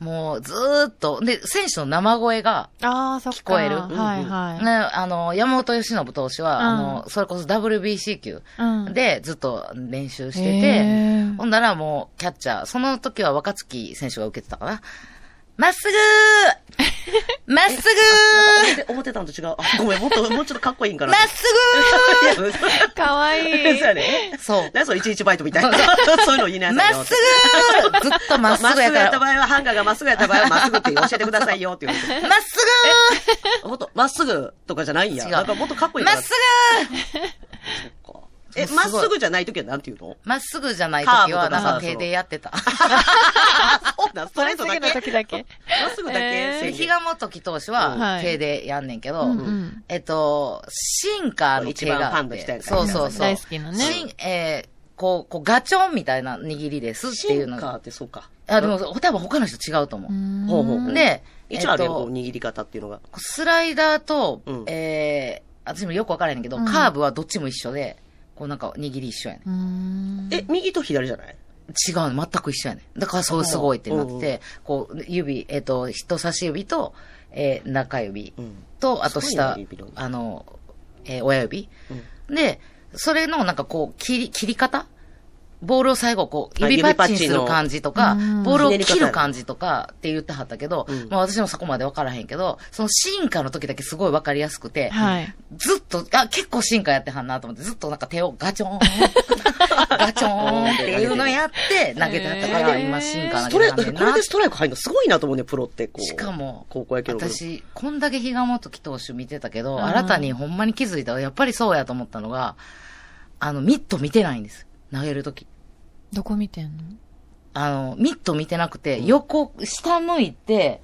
Speaker 1: もうずーっと、で、選手の生声が、
Speaker 4: ああ、そっか。
Speaker 1: 聞こえる
Speaker 4: はいはい。
Speaker 1: ね、あの、山本由伸投手は、
Speaker 4: うん
Speaker 1: あの、それこそ WBC 級
Speaker 4: うん
Speaker 1: でずっと練習して
Speaker 4: へ
Speaker 1: て
Speaker 4: ー、
Speaker 1: ほんならもうキャッチャー、その時は若月選手が受けてたかな。まっすぐー
Speaker 3: [laughs]
Speaker 1: まっすぐ
Speaker 3: 思ってたんと違う。あ、ごめん、もっと、もうちょっとかっこいいんか
Speaker 1: ー
Speaker 3: な。
Speaker 1: まっす
Speaker 3: いや
Speaker 4: かわい
Speaker 3: そう
Speaker 4: い。
Speaker 3: やね。
Speaker 1: [laughs] そう
Speaker 3: なんかそう、いちいちバイトみたいな。 [laughs] そういうの言い
Speaker 1: ぐー
Speaker 3: なさいよ。
Speaker 1: まっすぐーずっとまっす
Speaker 3: まっす
Speaker 1: ぐ
Speaker 3: ぐ
Speaker 1: や
Speaker 3: や
Speaker 1: から、
Speaker 3: った場
Speaker 1: まっ
Speaker 3: 合は、ハンガーがまっすぐやった場合は、まっすぐって教えてくださいよって言われて。
Speaker 1: すぐ
Speaker 3: もっと、まっすぐとかじゃないんや。
Speaker 1: 違う
Speaker 3: なんかもっとかっこい
Speaker 1: ー
Speaker 3: いか
Speaker 1: ま
Speaker 3: ら
Speaker 1: っすぐー
Speaker 3: え、
Speaker 1: す
Speaker 3: ま
Speaker 1: ご
Speaker 3: っ
Speaker 1: い
Speaker 3: すぐじゃない時はなんて言うの
Speaker 1: まっすぐじゃない時
Speaker 3: カーブ
Speaker 1: は、
Speaker 3: と
Speaker 1: な
Speaker 3: かさ
Speaker 1: んか手でやってた。
Speaker 3: あ、そうなん、ストレートだけ。
Speaker 4: まっすぐの時だけ
Speaker 3: まっすぐだけ
Speaker 1: で、
Speaker 4: えー。
Speaker 3: 制
Speaker 1: 比
Speaker 3: 限
Speaker 1: 嘉元樹投手
Speaker 3: う
Speaker 1: は
Speaker 3: ん
Speaker 4: はい
Speaker 1: 手でやんねんけど、
Speaker 4: うんうん
Speaker 1: えっと、シンカーの手
Speaker 3: 一番フ
Speaker 1: があ
Speaker 3: ァ
Speaker 1: っ
Speaker 3: ンの人
Speaker 1: て
Speaker 3: や、から
Speaker 1: そうそうそう。
Speaker 4: 大好きなね
Speaker 1: シンえーこう、こう、ガチョンみたいな握りですって
Speaker 3: シ
Speaker 1: いう
Speaker 3: ン
Speaker 1: の
Speaker 3: カー
Speaker 1: が。
Speaker 3: ってそうか。
Speaker 1: あ、でも、多分他の人違うと思
Speaker 4: う
Speaker 1: う。
Speaker 4: ん
Speaker 3: ほうほうほう。
Speaker 1: で、えっ
Speaker 3: 一応あるよ、ことう、握り方っていうのが。
Speaker 1: スライダーと、
Speaker 3: うん
Speaker 1: えー、私もよくわからへんねんけど、
Speaker 4: うん
Speaker 1: カーブはどっちも一緒で、こうなんか握り一緒やねん。
Speaker 4: うーん
Speaker 3: え、右と左じゃない
Speaker 1: 違うの、全く一緒やねん。だからそうすごいってなってて、こう、指、えっと、人差し指と、えー、中指
Speaker 3: うん。
Speaker 1: と、あと下
Speaker 3: すごいね指の、
Speaker 1: あの、えー親指。で、それのなんかこう、切り、切り方ボールを最後こう、
Speaker 3: あ
Speaker 1: 指パッチン
Speaker 3: 指パッチン
Speaker 1: す
Speaker 3: の
Speaker 1: る感じとか
Speaker 4: うん、
Speaker 1: ボールを
Speaker 3: ひねり方
Speaker 1: 切
Speaker 3: や
Speaker 1: る
Speaker 3: ろ
Speaker 1: 感じとかって言ってはったけど
Speaker 3: うん、
Speaker 1: まあ私もそこまでわからへんけど、その進化の時だけすごいわかりやすくて、
Speaker 4: はい。
Speaker 1: ずっと、あ、結構進化やってはんなと思って、ずっとなんか手をガチョー
Speaker 3: [laughs]
Speaker 1: ン、ガチョーンっていうのやって投げてはったから、
Speaker 4: へー
Speaker 1: 今進化投
Speaker 3: スト
Speaker 1: げ
Speaker 3: レ
Speaker 1: てはん
Speaker 3: ート、
Speaker 1: ねん
Speaker 3: これ
Speaker 1: な
Speaker 3: で。ストライク入るのすごいなと思うね、プロって。こう
Speaker 1: しかも
Speaker 3: 高校野球の。
Speaker 1: 私、こんだけ比嘉元樹投手見てたけど、
Speaker 4: ん
Speaker 1: 新たにほんまに気づいたわやっぱりそうやと思ったのが、あの、ミット見てないんです。投げるとき。
Speaker 4: どこ見てんの
Speaker 1: あの、ミット見てなくて、横、下向いて、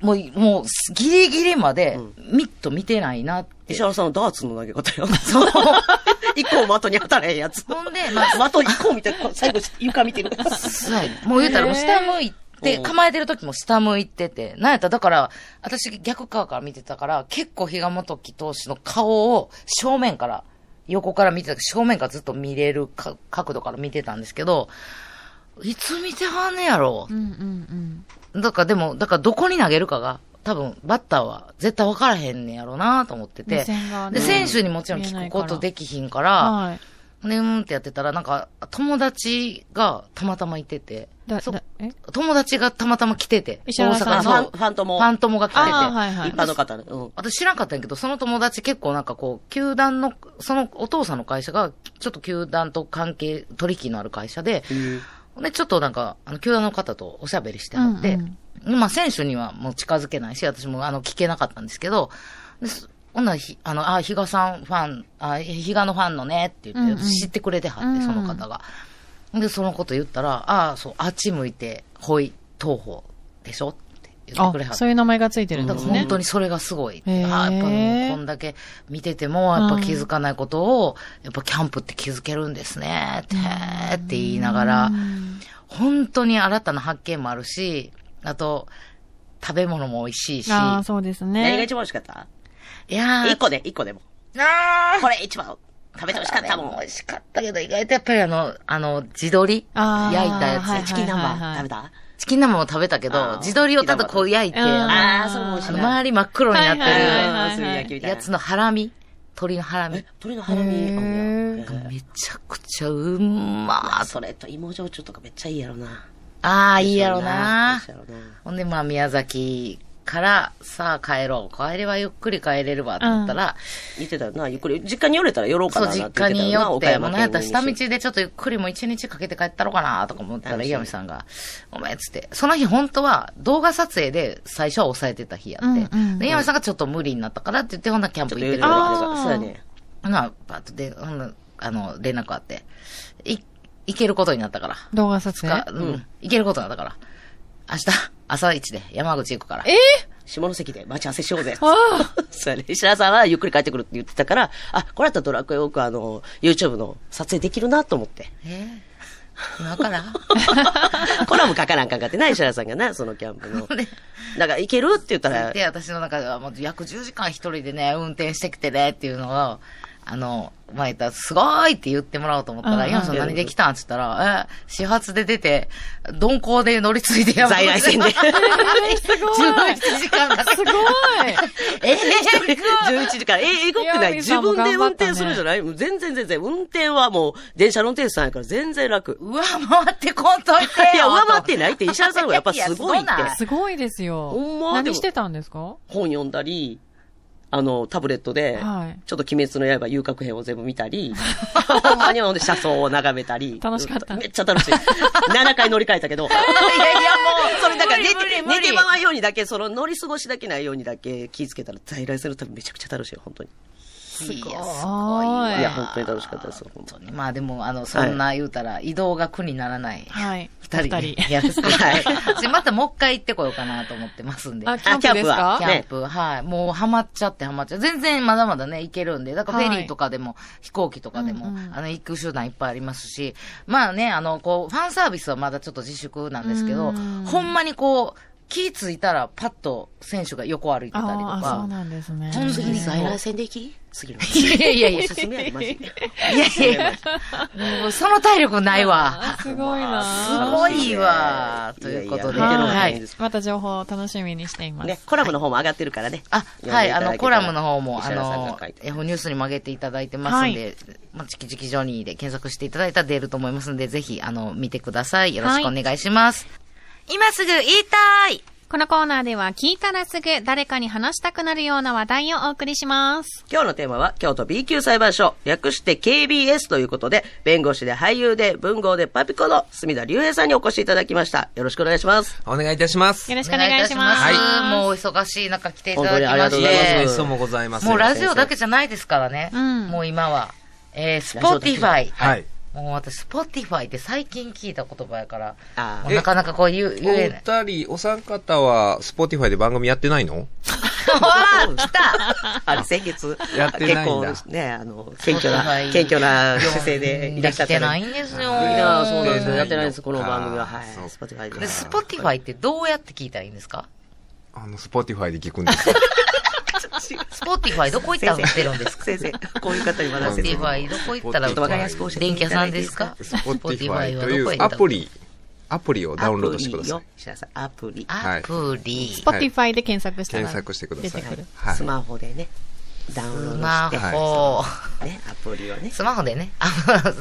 Speaker 1: もう、もう、ギリギリまで、ミット見てないなって。
Speaker 3: 石原さんのダーツの投げ方
Speaker 1: [laughs]
Speaker 3: や。そう。 [laughs] 一個を的に当たらへんやつ。
Speaker 1: ほんで、まあ、
Speaker 3: [laughs] 的一個みたいな、最後床見てる。
Speaker 1: そうやねもう言うたら、もう下向い
Speaker 3: へ
Speaker 1: て、
Speaker 3: ー
Speaker 1: 構えてる時も下向いてて、なんやったら、だから、私逆側から見てたから、結構比嘉元樹投手の顔を正面から、横から見てた正面からずっと見れるか角度から見てたんですけど、いつ見てはんねやろ
Speaker 4: うんうん
Speaker 1: だからでも、だからどこに投げるかが、多分、バッターは絶対分からへんねやろなと思って
Speaker 4: 目
Speaker 1: て。
Speaker 4: 線がね
Speaker 1: で、選手にもちろん聞くことできひんから、
Speaker 4: はい。
Speaker 1: ねうんってやってたら、なんか、友達がたまたまいてて、
Speaker 4: だ、
Speaker 1: そ
Speaker 4: だ、え
Speaker 1: 友達がたま [laughs] たま来てて、
Speaker 4: 石原さん
Speaker 1: 大
Speaker 3: あ
Speaker 1: 阪の
Speaker 3: ファン、
Speaker 1: そう
Speaker 3: ファンとも。
Speaker 1: ファン友が来てて、
Speaker 4: あーはいはい
Speaker 3: 一般の方ね。うん。
Speaker 1: 私知らんかったんやけど、その友達結構なんかこう、球団の、そのお父さんの会社が、ちょっと球団と関係、取引のある会社で、で、ちょっとなんか、あの、球団の方とおしゃべりしてはって、
Speaker 4: うん
Speaker 1: まあ、選手にはもう近づけないし、私もあの、聞けなかったんですけど、ですほんならひ、あの、あ、比嘉さんファン、あ、比嘉のファンのね、って言って、
Speaker 4: うんうん
Speaker 1: 知ってくれてはって、その方が。で、そのこと言ったら、ああ、そう、あっち向いて、ほい、東方でしょって言って
Speaker 4: あ
Speaker 1: くれはっ、て
Speaker 4: そういう名前がついてるん
Speaker 1: だ
Speaker 4: で
Speaker 1: から
Speaker 4: す
Speaker 1: 本
Speaker 4: ね。
Speaker 1: 当にそれがすごい。
Speaker 4: へー
Speaker 1: ああやっぱもうこんだけ見てても、やっぱ気づかないことを、やっぱキャンプって気づけるんですね、って、って言いながら、本当に新たな発見もあるし、あと、食べ物も美味しいし。
Speaker 4: ああ、そうです
Speaker 3: 何が
Speaker 4: ね。
Speaker 3: 一番美味しかった
Speaker 1: いやー
Speaker 3: 一個で、一個でも。
Speaker 1: あー
Speaker 3: これ一番食べて美味しかったもん
Speaker 1: 美。味しかったけど、意外とやっぱりあの、あの、地鶏
Speaker 4: あー
Speaker 1: 焼いたやつ、
Speaker 4: はいはい
Speaker 3: チキン南
Speaker 4: はいは
Speaker 3: 蛮
Speaker 4: い
Speaker 3: 食べた
Speaker 1: チキン生も食べたけ
Speaker 3: あ
Speaker 1: ど
Speaker 3: ー、
Speaker 1: 地鶏をただこう焼いて、
Speaker 4: うん
Speaker 1: あ
Speaker 3: あーそう美味しい
Speaker 1: の
Speaker 3: な
Speaker 1: 周り真っ黒になってる。
Speaker 4: はいはいはい
Speaker 3: うん炭焼きみたいな。
Speaker 1: やつのハラミ鳥のハラミ
Speaker 3: え、鶏のハラミ。
Speaker 4: へー
Speaker 3: うん
Speaker 1: がめちゃくちゃうまー
Speaker 3: あ、
Speaker 1: そう
Speaker 3: それと芋焼酎とかめっちゃいいやろな。
Speaker 1: ああ、いいやろな
Speaker 3: 美味しいやろな。
Speaker 1: ほんで、まあ、宮崎から、さあ帰ろう。帰ればゆっくり帰れるわ、と思ったら、
Speaker 3: 言ってたよな、ゆっくり。実家に寄れたら寄ろうか
Speaker 1: そう、
Speaker 3: ななん
Speaker 1: 実家
Speaker 3: て言ってたよな。
Speaker 1: に寄っ
Speaker 3: 岡
Speaker 1: て、
Speaker 3: 山
Speaker 1: もう
Speaker 3: 県
Speaker 1: なんやったら下道
Speaker 3: に
Speaker 1: でちょっとゆっくりもう一日かけて帰ったろかな、とか思った
Speaker 3: 楽
Speaker 1: ら、
Speaker 3: しい
Speaker 1: 岩見さんが、お前っつって、その日本当は動画撮影で最初は抑えてた日やって、
Speaker 4: うんうん
Speaker 1: で、岩見さんがちょっと無理になったからって言って、ほんならキャン
Speaker 3: ちょ
Speaker 1: プ
Speaker 3: っ
Speaker 1: 行って
Speaker 3: と寄れ
Speaker 1: る
Speaker 3: た
Speaker 1: わ。
Speaker 3: ら
Speaker 4: あー
Speaker 3: そうやね。
Speaker 1: ほな、パッとで、ほんなあの、連絡あって、い、行けることになったから。
Speaker 4: 動画撮
Speaker 1: か
Speaker 4: 影。
Speaker 1: うん。行けることになったから。明日、朝一で山口行くから。
Speaker 4: え
Speaker 3: 下関で待ち合わせしようぜ。
Speaker 4: あ
Speaker 3: そうやね。石田さんはゆっくり帰ってくるって言ってたから、あ、これだったらドラクエウォークあの、YouTube の撮影できるなと思って。
Speaker 1: えー今
Speaker 3: [laughs]
Speaker 1: から
Speaker 3: コラム書かなんかんかってな、石田さんがな、そのキャンプの。だから、行けるって言ったら、
Speaker 1: で、私の中ではもう約10時間一人でね、運転してきてねっていうのを、あの、前言ったら、すごいって言ってもらおうと思った
Speaker 4: う
Speaker 1: ら、
Speaker 4: ん
Speaker 1: 今さん何で来たんって言ったら、え、始発で出て、鈍行で乗り継いで山
Speaker 3: 在来線で。
Speaker 4: えー、すごい。
Speaker 1: 11時間だけ
Speaker 4: すごい。
Speaker 1: [laughs] えー
Speaker 3: 11時から、え、えごくない
Speaker 4: いや
Speaker 3: 自分で運転するんじゃ
Speaker 4: 頑
Speaker 3: ないもう全然全然。運転はもう、電車の運転手さんやから全然楽。
Speaker 1: 上回ってこんといてよ
Speaker 3: いや上回ってないって石原さんの方がやっぱすごいって
Speaker 1: や
Speaker 3: [laughs]
Speaker 1: そうなん
Speaker 4: すごいですよ。
Speaker 3: ほんまでも
Speaker 4: 何してたんですか
Speaker 3: 本読んだり、あの、タブレットで、
Speaker 4: はい
Speaker 3: ちょっと鬼滅の刃遊郭編を全部見たり、ほんまにほんで車窓を眺めたり。
Speaker 4: 楽しかった
Speaker 3: めっちゃ楽しい。7回乗り換えたけど。
Speaker 1: いやいやもう、
Speaker 3: それだから寝て
Speaker 1: 無理、無
Speaker 3: 寝
Speaker 1: 理
Speaker 3: てまわんようにだけ、その乗り過ごしだけないようにだけ気ぃつけたら在来線の旅めちゃくちゃ楽しいよ、本当に。
Speaker 1: すごい。
Speaker 4: はい
Speaker 3: いや、本当に楽しかったですよ、本当に。
Speaker 1: まあでも、あの、そんな言うたら、移動が苦にならない。
Speaker 4: はい。
Speaker 1: 二人
Speaker 4: 二
Speaker 1: でやらせていただいて。私またもう一回行ってこようかなと思ってますんで。
Speaker 4: あ、
Speaker 1: キ
Speaker 4: キャンプです
Speaker 3: あ
Speaker 4: か
Speaker 3: キね
Speaker 1: ャンプ、はい。もうハマっちゃってハマっちゃう。全然まだまだね、行けるんで。だからフェリーとかでも、飛行機とかでも、
Speaker 4: うんうん
Speaker 1: あの、行く手段いっぱいありますし。まあね、あの、こう、ファンサービスはまだちょっと自粛なんですけど、
Speaker 4: うん
Speaker 1: ほんまにこう、気ぃついたらパッと選手が横歩いてたりと
Speaker 4: ああ、そう
Speaker 1: か。
Speaker 4: なんですね。
Speaker 3: [laughs]
Speaker 1: 本当に在来
Speaker 3: 線で行き次
Speaker 1: [laughs]
Speaker 3: の。
Speaker 1: いやいやいや
Speaker 3: おすすめやで、マジで。
Speaker 1: いやいやいや、もうその体力ないわ
Speaker 4: [laughs] あ。すごい
Speaker 1: す
Speaker 4: な。
Speaker 1: ごいわということで
Speaker 3: やや
Speaker 1: は
Speaker 3: はいいです。
Speaker 4: また情報を楽しみにしています。
Speaker 3: ね、コラムの方も上がってるからね。
Speaker 1: あ、
Speaker 3: 読ん
Speaker 1: は
Speaker 3: で
Speaker 1: い、
Speaker 3: た
Speaker 1: あ
Speaker 3: だ
Speaker 1: の、
Speaker 3: け
Speaker 1: コ
Speaker 3: たら
Speaker 1: ラムの方も、あ
Speaker 3: 石原さんが
Speaker 1: の
Speaker 3: 書い、て
Speaker 1: エホニュースに曲げていただいてますんで、まあ、チキチキジョニーで検索していただいたら出ると思いますんで、ぜひ、あの、見てください。よろしくお願いします。今すぐ言いたい
Speaker 4: このコーナーでは聞いたらすぐ誰かに話したくなるような話題をお送りします。
Speaker 3: 今日のテーマは、京都 B 級裁判所、略して KBS ということで、弁護士で俳優で文豪でパピコの隅田隆平さんにお越しいただきました。よろしくお願いします。
Speaker 5: お願いいたします
Speaker 4: よ。ろしくお願いします。
Speaker 1: お願いいたしますもうお忙しい中来ていただきま
Speaker 3: 本当にありがとうござい
Speaker 1: して
Speaker 3: ま
Speaker 5: いつともございます。
Speaker 1: もうラジオだけじゃないですからね。
Speaker 4: うん
Speaker 1: もう今は。えー、ス
Speaker 3: ラジ
Speaker 1: ポ
Speaker 3: オ
Speaker 1: テ
Speaker 3: だ
Speaker 1: ィ
Speaker 3: け
Speaker 1: ファイ。
Speaker 5: はい。
Speaker 1: もう私、スポティファイって最近聞いた言葉やから、
Speaker 3: あー
Speaker 1: もうなかなかこう言う、
Speaker 5: お
Speaker 1: 言えない。
Speaker 5: 二人、お三方は、Spotify で番組やってないの
Speaker 1: ほら来た
Speaker 3: あれ、先月、
Speaker 5: やってないんだ
Speaker 3: 結構ね、あの、謙虚な、謙虚な姿勢でいらっしゃっ
Speaker 1: できて
Speaker 3: たね
Speaker 1: ないんですよ。
Speaker 5: い
Speaker 3: いやーそうなんですよ。
Speaker 5: うん
Speaker 3: やってないんです、この番組は。はい
Speaker 5: そう。
Speaker 3: スポティファイ
Speaker 1: で、
Speaker 3: で。
Speaker 1: スポティファイってどうやって聞いたらいいんですか
Speaker 5: あの、Spotify で聞くんですよ。
Speaker 1: スポティファイどこ行ったら売ってるんですか
Speaker 3: 先生、こういう方に学
Speaker 1: ス
Speaker 3: ば
Speaker 1: ポテ
Speaker 3: せて
Speaker 1: ィフ
Speaker 3: もら
Speaker 1: ァ
Speaker 3: う
Speaker 1: イどこ行ったら売
Speaker 5: ちょっとわかりやす
Speaker 1: っ
Speaker 3: く教え
Speaker 1: てる
Speaker 3: てい
Speaker 1: 電
Speaker 3: ただいていいで
Speaker 1: キ
Speaker 3: す
Speaker 1: ャ
Speaker 3: か
Speaker 1: さんですか
Speaker 5: Spotify と
Speaker 1: スポティ
Speaker 5: い
Speaker 1: ファイはどこ行った
Speaker 5: う
Speaker 1: ら
Speaker 5: アプリ、アプリをダウンロードしてくださ
Speaker 3: アプ。リよ
Speaker 5: い
Speaker 3: 石田さんアプリ。
Speaker 1: アプリ。
Speaker 4: Spotify で検索したら。
Speaker 5: 検索してくださ
Speaker 4: 出て
Speaker 5: い
Speaker 4: くる。。
Speaker 5: はい
Speaker 3: ス。マホでね、ダウンロ
Speaker 1: ス
Speaker 3: ード
Speaker 1: マ
Speaker 3: して、
Speaker 1: ホ。
Speaker 3: ね、アプリをね。
Speaker 1: スマホでね。あ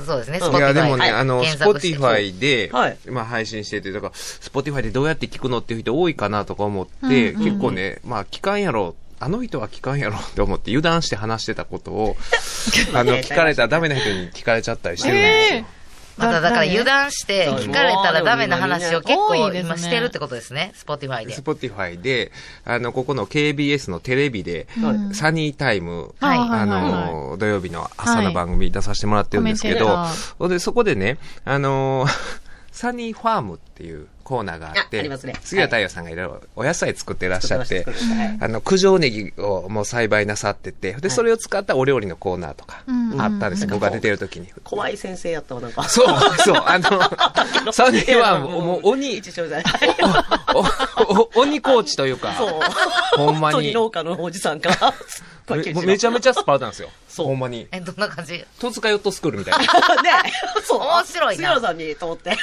Speaker 1: そうですね、スポ
Speaker 5: い
Speaker 1: ティファ
Speaker 5: や、
Speaker 1: イ。
Speaker 5: でもね、あの、
Speaker 1: 検索して
Speaker 5: Spotify で、
Speaker 3: はい
Speaker 5: まあ配信してて、だから、Spotify でどうやって聞くのっていう人多いかなとか思って、結構ね、まあ、聞かんやろ、あの人は聞かんやろって思って、油断して話してたことを、あの、聞かれたらダメな人に聞かれちゃったりしてるんですよ。
Speaker 1: まただから油断して
Speaker 3: そう
Speaker 1: 聞かれたらダメな話を結
Speaker 4: 多
Speaker 1: 構
Speaker 4: いですね
Speaker 1: 今してるってことですね、Spotify で。
Speaker 5: Spotify で、あの、ここの KBS のテレビで、
Speaker 4: うん
Speaker 5: サニータイム、
Speaker 4: はい
Speaker 5: あ
Speaker 4: はいはい
Speaker 5: の、土曜日の朝の番組出させてもらってるんですけど、
Speaker 4: はいコメンテータ
Speaker 5: [laughs] ほんで、そこでね、あの、サニーファームっていう、コーナーがあって、
Speaker 3: あありますね
Speaker 5: 杉谷太陽さんがいろいろお野菜作ってらっしゃっ
Speaker 3: 作
Speaker 5: て
Speaker 3: ってました作ってまし、
Speaker 5: あの、九条ネギをもう栽培なさってて、で、それを使ったお料理のコーナーとか、
Speaker 4: うん
Speaker 5: あったんですよ、僕が出てる時に。
Speaker 3: 怖い先生やったわ、なんか。
Speaker 5: そう、そう、
Speaker 3: [laughs]
Speaker 5: あの、サネはもうもう鬼、
Speaker 3: 一緒じゃない。
Speaker 5: おお鬼コーチというか、
Speaker 3: そう。
Speaker 5: ほんま
Speaker 3: 本当に
Speaker 5: に、
Speaker 3: 農家のおじさんが、すっごい
Speaker 5: め
Speaker 3: ケチの
Speaker 5: めちゃめちゃスパルタなんですよ。
Speaker 3: そう
Speaker 5: ほんまに。
Speaker 1: え、どんな感じ
Speaker 5: 戸塚ヨットスクールみたいな。
Speaker 3: ねそう。
Speaker 1: 面白いな
Speaker 3: 杉原さんに、と思って。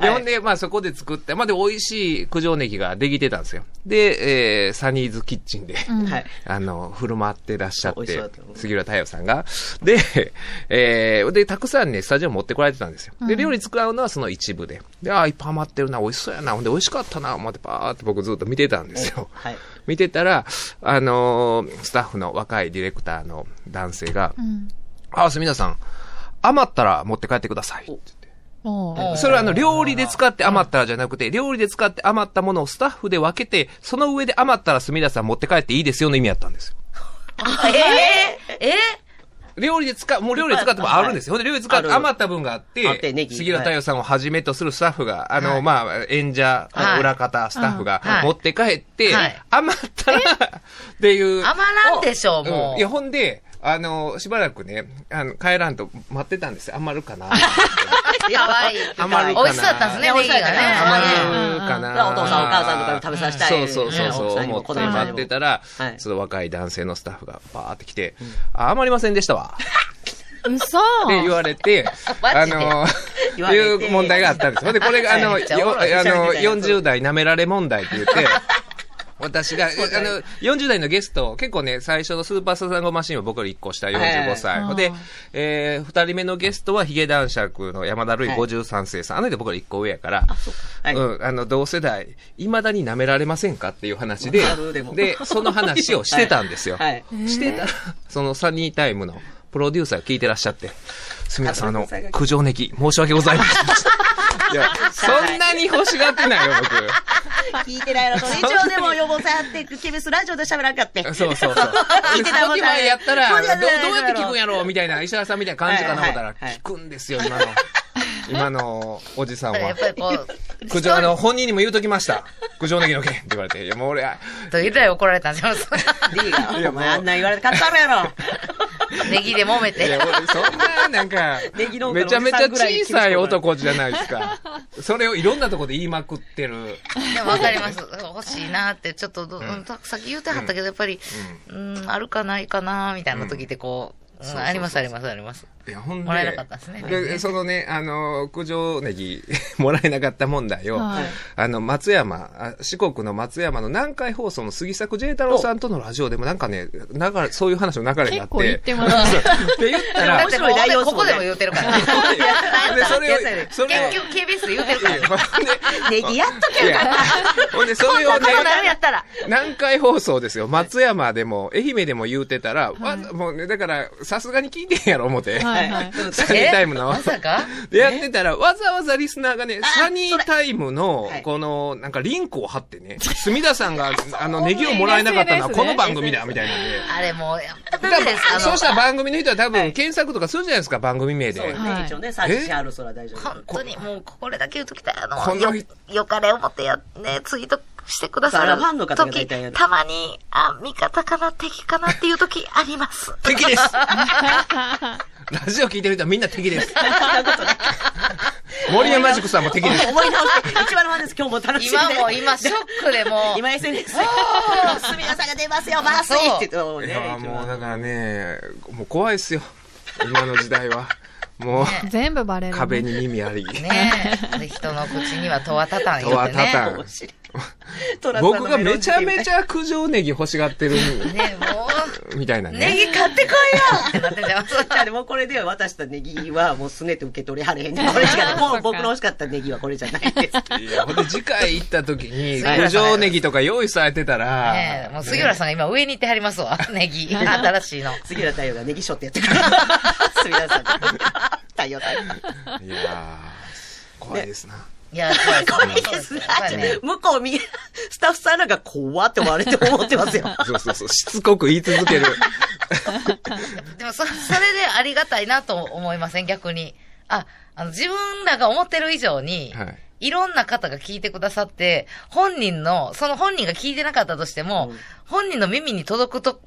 Speaker 5: で、ほんで、まあそこで作って、まあで、美味しい九条ネギができてたんですよ。で、えー、サニーズキッチンで、
Speaker 3: はい。
Speaker 5: あの、振る舞ってらっしゃっ
Speaker 3: 美味しそうだ
Speaker 5: て
Speaker 3: った、
Speaker 5: 杉浦太陽さんが。で、えー、で、たくさんね、スタジオ持ってこられてたんですよ。で、料理作うのはその一部で。で、あーいっぱい余ってるな、美味しそうやな、ほんで、美味しかったな、思ってパーって僕ずっと見てたんですよ。
Speaker 3: はい。
Speaker 5: 見てたら、あのースタッフの若いディレクターの男性が、
Speaker 4: うん。
Speaker 5: ああ、すみださん、余ったら持って帰ってください。って言って
Speaker 4: おう
Speaker 5: それはあの、料理で使って余ったらじゃなくて、料理で使って余ったものをスタッフで分けて、その上で余ったらすみださん持って帰っていいですよの意味やったんですよ。
Speaker 1: えー、え
Speaker 5: 料理で使う、もう料理で使ってもあるんですよ。ほんで料理使って
Speaker 3: ある
Speaker 5: 余った分があっ
Speaker 3: あって
Speaker 5: て
Speaker 3: ネ、ギ
Speaker 5: 杉浦太陽さんをはじめとするスタッフが、あの、まあ、演者、あの
Speaker 1: はい
Speaker 5: 裏方、スタッフが
Speaker 1: うんはい
Speaker 5: 持って帰って
Speaker 1: はい、
Speaker 5: 余ったら、ってい
Speaker 1: 余
Speaker 5: う。
Speaker 1: らんでしょう、も
Speaker 5: う。
Speaker 1: うん
Speaker 5: いや、ほんで、あの、しばらくね、あの、帰らんと待ってたんですよ。余るかな。
Speaker 1: やばい。
Speaker 5: 余るかな。
Speaker 1: 美味しそうだったんですね、ネギがね。
Speaker 5: 余るか
Speaker 3: お
Speaker 5: な。
Speaker 3: 父さんお母さんとかに食べさせたい。
Speaker 5: そうそうそう
Speaker 3: ね奥
Speaker 5: そう、思って
Speaker 3: さんにも子供さん
Speaker 5: 待
Speaker 3: に
Speaker 5: っ
Speaker 3: も
Speaker 5: てたら、
Speaker 3: はい
Speaker 5: その若い男性のスタッフがバーって来て、あ、余りませんでしたわ。
Speaker 4: 嘘
Speaker 5: って言われて、
Speaker 1: マ
Speaker 5: あ
Speaker 1: ジで
Speaker 5: の、
Speaker 3: 言われて
Speaker 5: いう問題があったんです。ほんで、これが、あの、
Speaker 1: めっちゃおも
Speaker 5: よ
Speaker 1: ろ
Speaker 5: あ
Speaker 1: い
Speaker 5: の、
Speaker 3: めちゃめちゃ
Speaker 5: 40代舐められ問題って言って、私が、あの、40代のゲスト、結構ね、最初のスーパーサザンゴマシンを僕より1個下45歳。ほんで、えー、2人目のゲストはヒゲ男爵の山田るい
Speaker 3: はい
Speaker 5: 53世さん。あの人僕より1個上やから、
Speaker 3: はい
Speaker 5: うん、あの、同世代、未だに舐められませんかっていう話で
Speaker 3: わかるでも、
Speaker 5: で、その話をしてたんですよ。
Speaker 3: [laughs] はいはい
Speaker 5: してたら、そのサニータイムのプロデューサーが聞いてらっしゃって、すみません、あの、苦情ネギ、申し訳ござい
Speaker 3: [laughs]
Speaker 5: ませんでした。いや、そんなに欲しがってないよ、
Speaker 3: 聞いてないのと、一応でも予防さんって、TBS ラジオで喋らんかって。
Speaker 5: 僕。そうそうそう。
Speaker 3: [laughs] 聞いてたもん
Speaker 5: で Spotify やった
Speaker 3: そ
Speaker 5: ら
Speaker 3: うじゃ
Speaker 5: ど、
Speaker 3: ない
Speaker 5: どうやって聞くんやろうみたいな、石原さんみたいな感じかな思った
Speaker 3: は
Speaker 5: ら、
Speaker 3: いはいはい
Speaker 5: 聞くんですよ、
Speaker 3: [laughs]
Speaker 5: 今の。今のおじさん
Speaker 1: や
Speaker 5: は
Speaker 1: っ。ぱりこう、 [laughs]
Speaker 5: 苦情、あの、本人にも言うときました。苦情ネギの件って言われて、いや、もう俺、
Speaker 1: と以来怒られたんじゃない
Speaker 3: D が、お前あんなん言われて買ったのやろ。
Speaker 1: ネギで揉め
Speaker 5: いや、
Speaker 1: て。
Speaker 5: 俺そんな、なんか
Speaker 3: ネギ、農家の
Speaker 5: めちゃめちゃ
Speaker 3: おじさんぐらい
Speaker 5: 小さい男じゃないですか。それをいろんなとこで言いまくってる。
Speaker 1: でもわかります。欲しいなって、ちょっとど、うんさっき言うてはったけど、やっぱり、うん、あるかないかな、みたいな時ってこう、うんありますありますあります。
Speaker 5: いや、ほんで。
Speaker 1: もらえなかったんですね
Speaker 5: で、そのね、あの、苦情ネギ、 [laughs] もらえなかった問題を、
Speaker 4: はい
Speaker 5: あの、松山、あ四国の松山の南海放送の杉作 J 太郎さんとのラジオでもなんかね、流れ、そういう話の流れにな
Speaker 4: 結
Speaker 5: っ。
Speaker 4: 構言っててますね。
Speaker 5: って言った
Speaker 1: だ
Speaker 5: ら
Speaker 1: っ、
Speaker 3: 面
Speaker 1: ても
Speaker 3: 白い内容
Speaker 1: う、
Speaker 3: です
Speaker 1: こ
Speaker 3: も
Speaker 1: こ
Speaker 3: んね
Speaker 1: でも言ってるから。
Speaker 5: でそれを
Speaker 1: いやいや
Speaker 5: それを
Speaker 1: 結局 KBS で言ってるから。
Speaker 5: ほんで
Speaker 3: ネギやっと
Speaker 5: いや、ほんで、それをね、
Speaker 1: こんなのや
Speaker 5: [laughs]
Speaker 1: ったら。
Speaker 5: 南海放送ですよ。松山でも、愛媛でも言うてたら、わもうね、だから、さすがに聞いてんやろ、思 [laughs] って。
Speaker 4: はいはい。
Speaker 5: サニータイム
Speaker 1: え
Speaker 5: の
Speaker 1: ま。さか
Speaker 5: で、やってたら、わざわざリスナーがね、サニータイムの
Speaker 3: それ、
Speaker 5: この、なんかリンクを貼ってね、隅田さんが、あの、ネギをもらえなかったのは、この番組だ、みたいなんで。
Speaker 1: あれもう、やっぱ
Speaker 5: だ
Speaker 1: ダ
Speaker 5: か
Speaker 1: メで
Speaker 5: ら
Speaker 1: す。
Speaker 5: そうしたら番組の人は多
Speaker 3: は
Speaker 5: 分、
Speaker 3: い
Speaker 5: 検索とかするじゃないですか、番組名で。
Speaker 3: そう
Speaker 4: は
Speaker 3: ね
Speaker 4: い、
Speaker 3: 一応ね、サーチしてある、それは大丈夫。
Speaker 1: 本当にもうこれだけ言うときたい。あ
Speaker 5: こ
Speaker 1: の、
Speaker 5: の
Speaker 1: よ、よかれ思ってや、ね、ツイートしてくださ
Speaker 3: あ
Speaker 1: る
Speaker 3: のファンの方が大体や
Speaker 1: 時
Speaker 3: る
Speaker 1: たまに、あ、味方かな、敵かなっていうときあります。
Speaker 5: 敵ですラジオ聞いてる人はみんな敵です。森山塾さんも敵です。
Speaker 3: 思い直して、一番のファンです、今日も楽しみで。
Speaker 1: 今もう、今、ショックでもう、
Speaker 3: 今 SNS で。すみませんが出ますよ、バースイって言ってね
Speaker 5: いや
Speaker 3: 一応
Speaker 5: もうだからね、もう怖いっすよ。今の時代は。
Speaker 1: [laughs]
Speaker 5: もう、
Speaker 4: 全部バレる。
Speaker 5: 壁に耳あり。
Speaker 1: ねえ、人の口には戸は立たんよ
Speaker 5: とは
Speaker 1: って
Speaker 5: たた
Speaker 1: ね。
Speaker 5: ん
Speaker 3: 面。白いトラさんの
Speaker 5: 僕がめちゃめち
Speaker 3: ゃ。
Speaker 5: ゃ苦情ネギ欲しがってる
Speaker 1: ねえ、も
Speaker 5: みたいな
Speaker 1: う、ネ
Speaker 5: ね。
Speaker 1: ギ買ってこいよってなっててます。
Speaker 3: いやでもこれでは渡したネギはもうすねて受け取れはれへんね。これしかない。もう僕の欲しかったネギはこれじゃないです。
Speaker 5: いや、ほんで次回行った
Speaker 1: [laughs]
Speaker 5: 時に、
Speaker 1: 杉浦
Speaker 5: 苦
Speaker 1: さん
Speaker 5: 情ネギとか用意されてたら、
Speaker 1: ねえ、もう杉浦さんが今上に行ってはりますわ、ネギ。新しいの。
Speaker 3: 杉浦太陽がネギショってやってくる。杉浦さん。太陽さん。
Speaker 5: いやー、怖いですな。
Speaker 1: いや、 [laughs] 怖い
Speaker 3: これですね
Speaker 1: 怖いね。
Speaker 3: 向こう見、スタッフさんなんか怖って思われて思ってますよ。
Speaker 5: そうそうそう、しつこく言い
Speaker 1: [laughs]
Speaker 5: 続ける。
Speaker 1: でもそ、それで [laughs] ありがたいなと思いません、逆に。あ、あの、自分らが思ってる以上に、
Speaker 5: はい
Speaker 1: いろんな方が聞いてくださって、本人の、その本人が聞いてなかったとしても、本人の耳に届くと、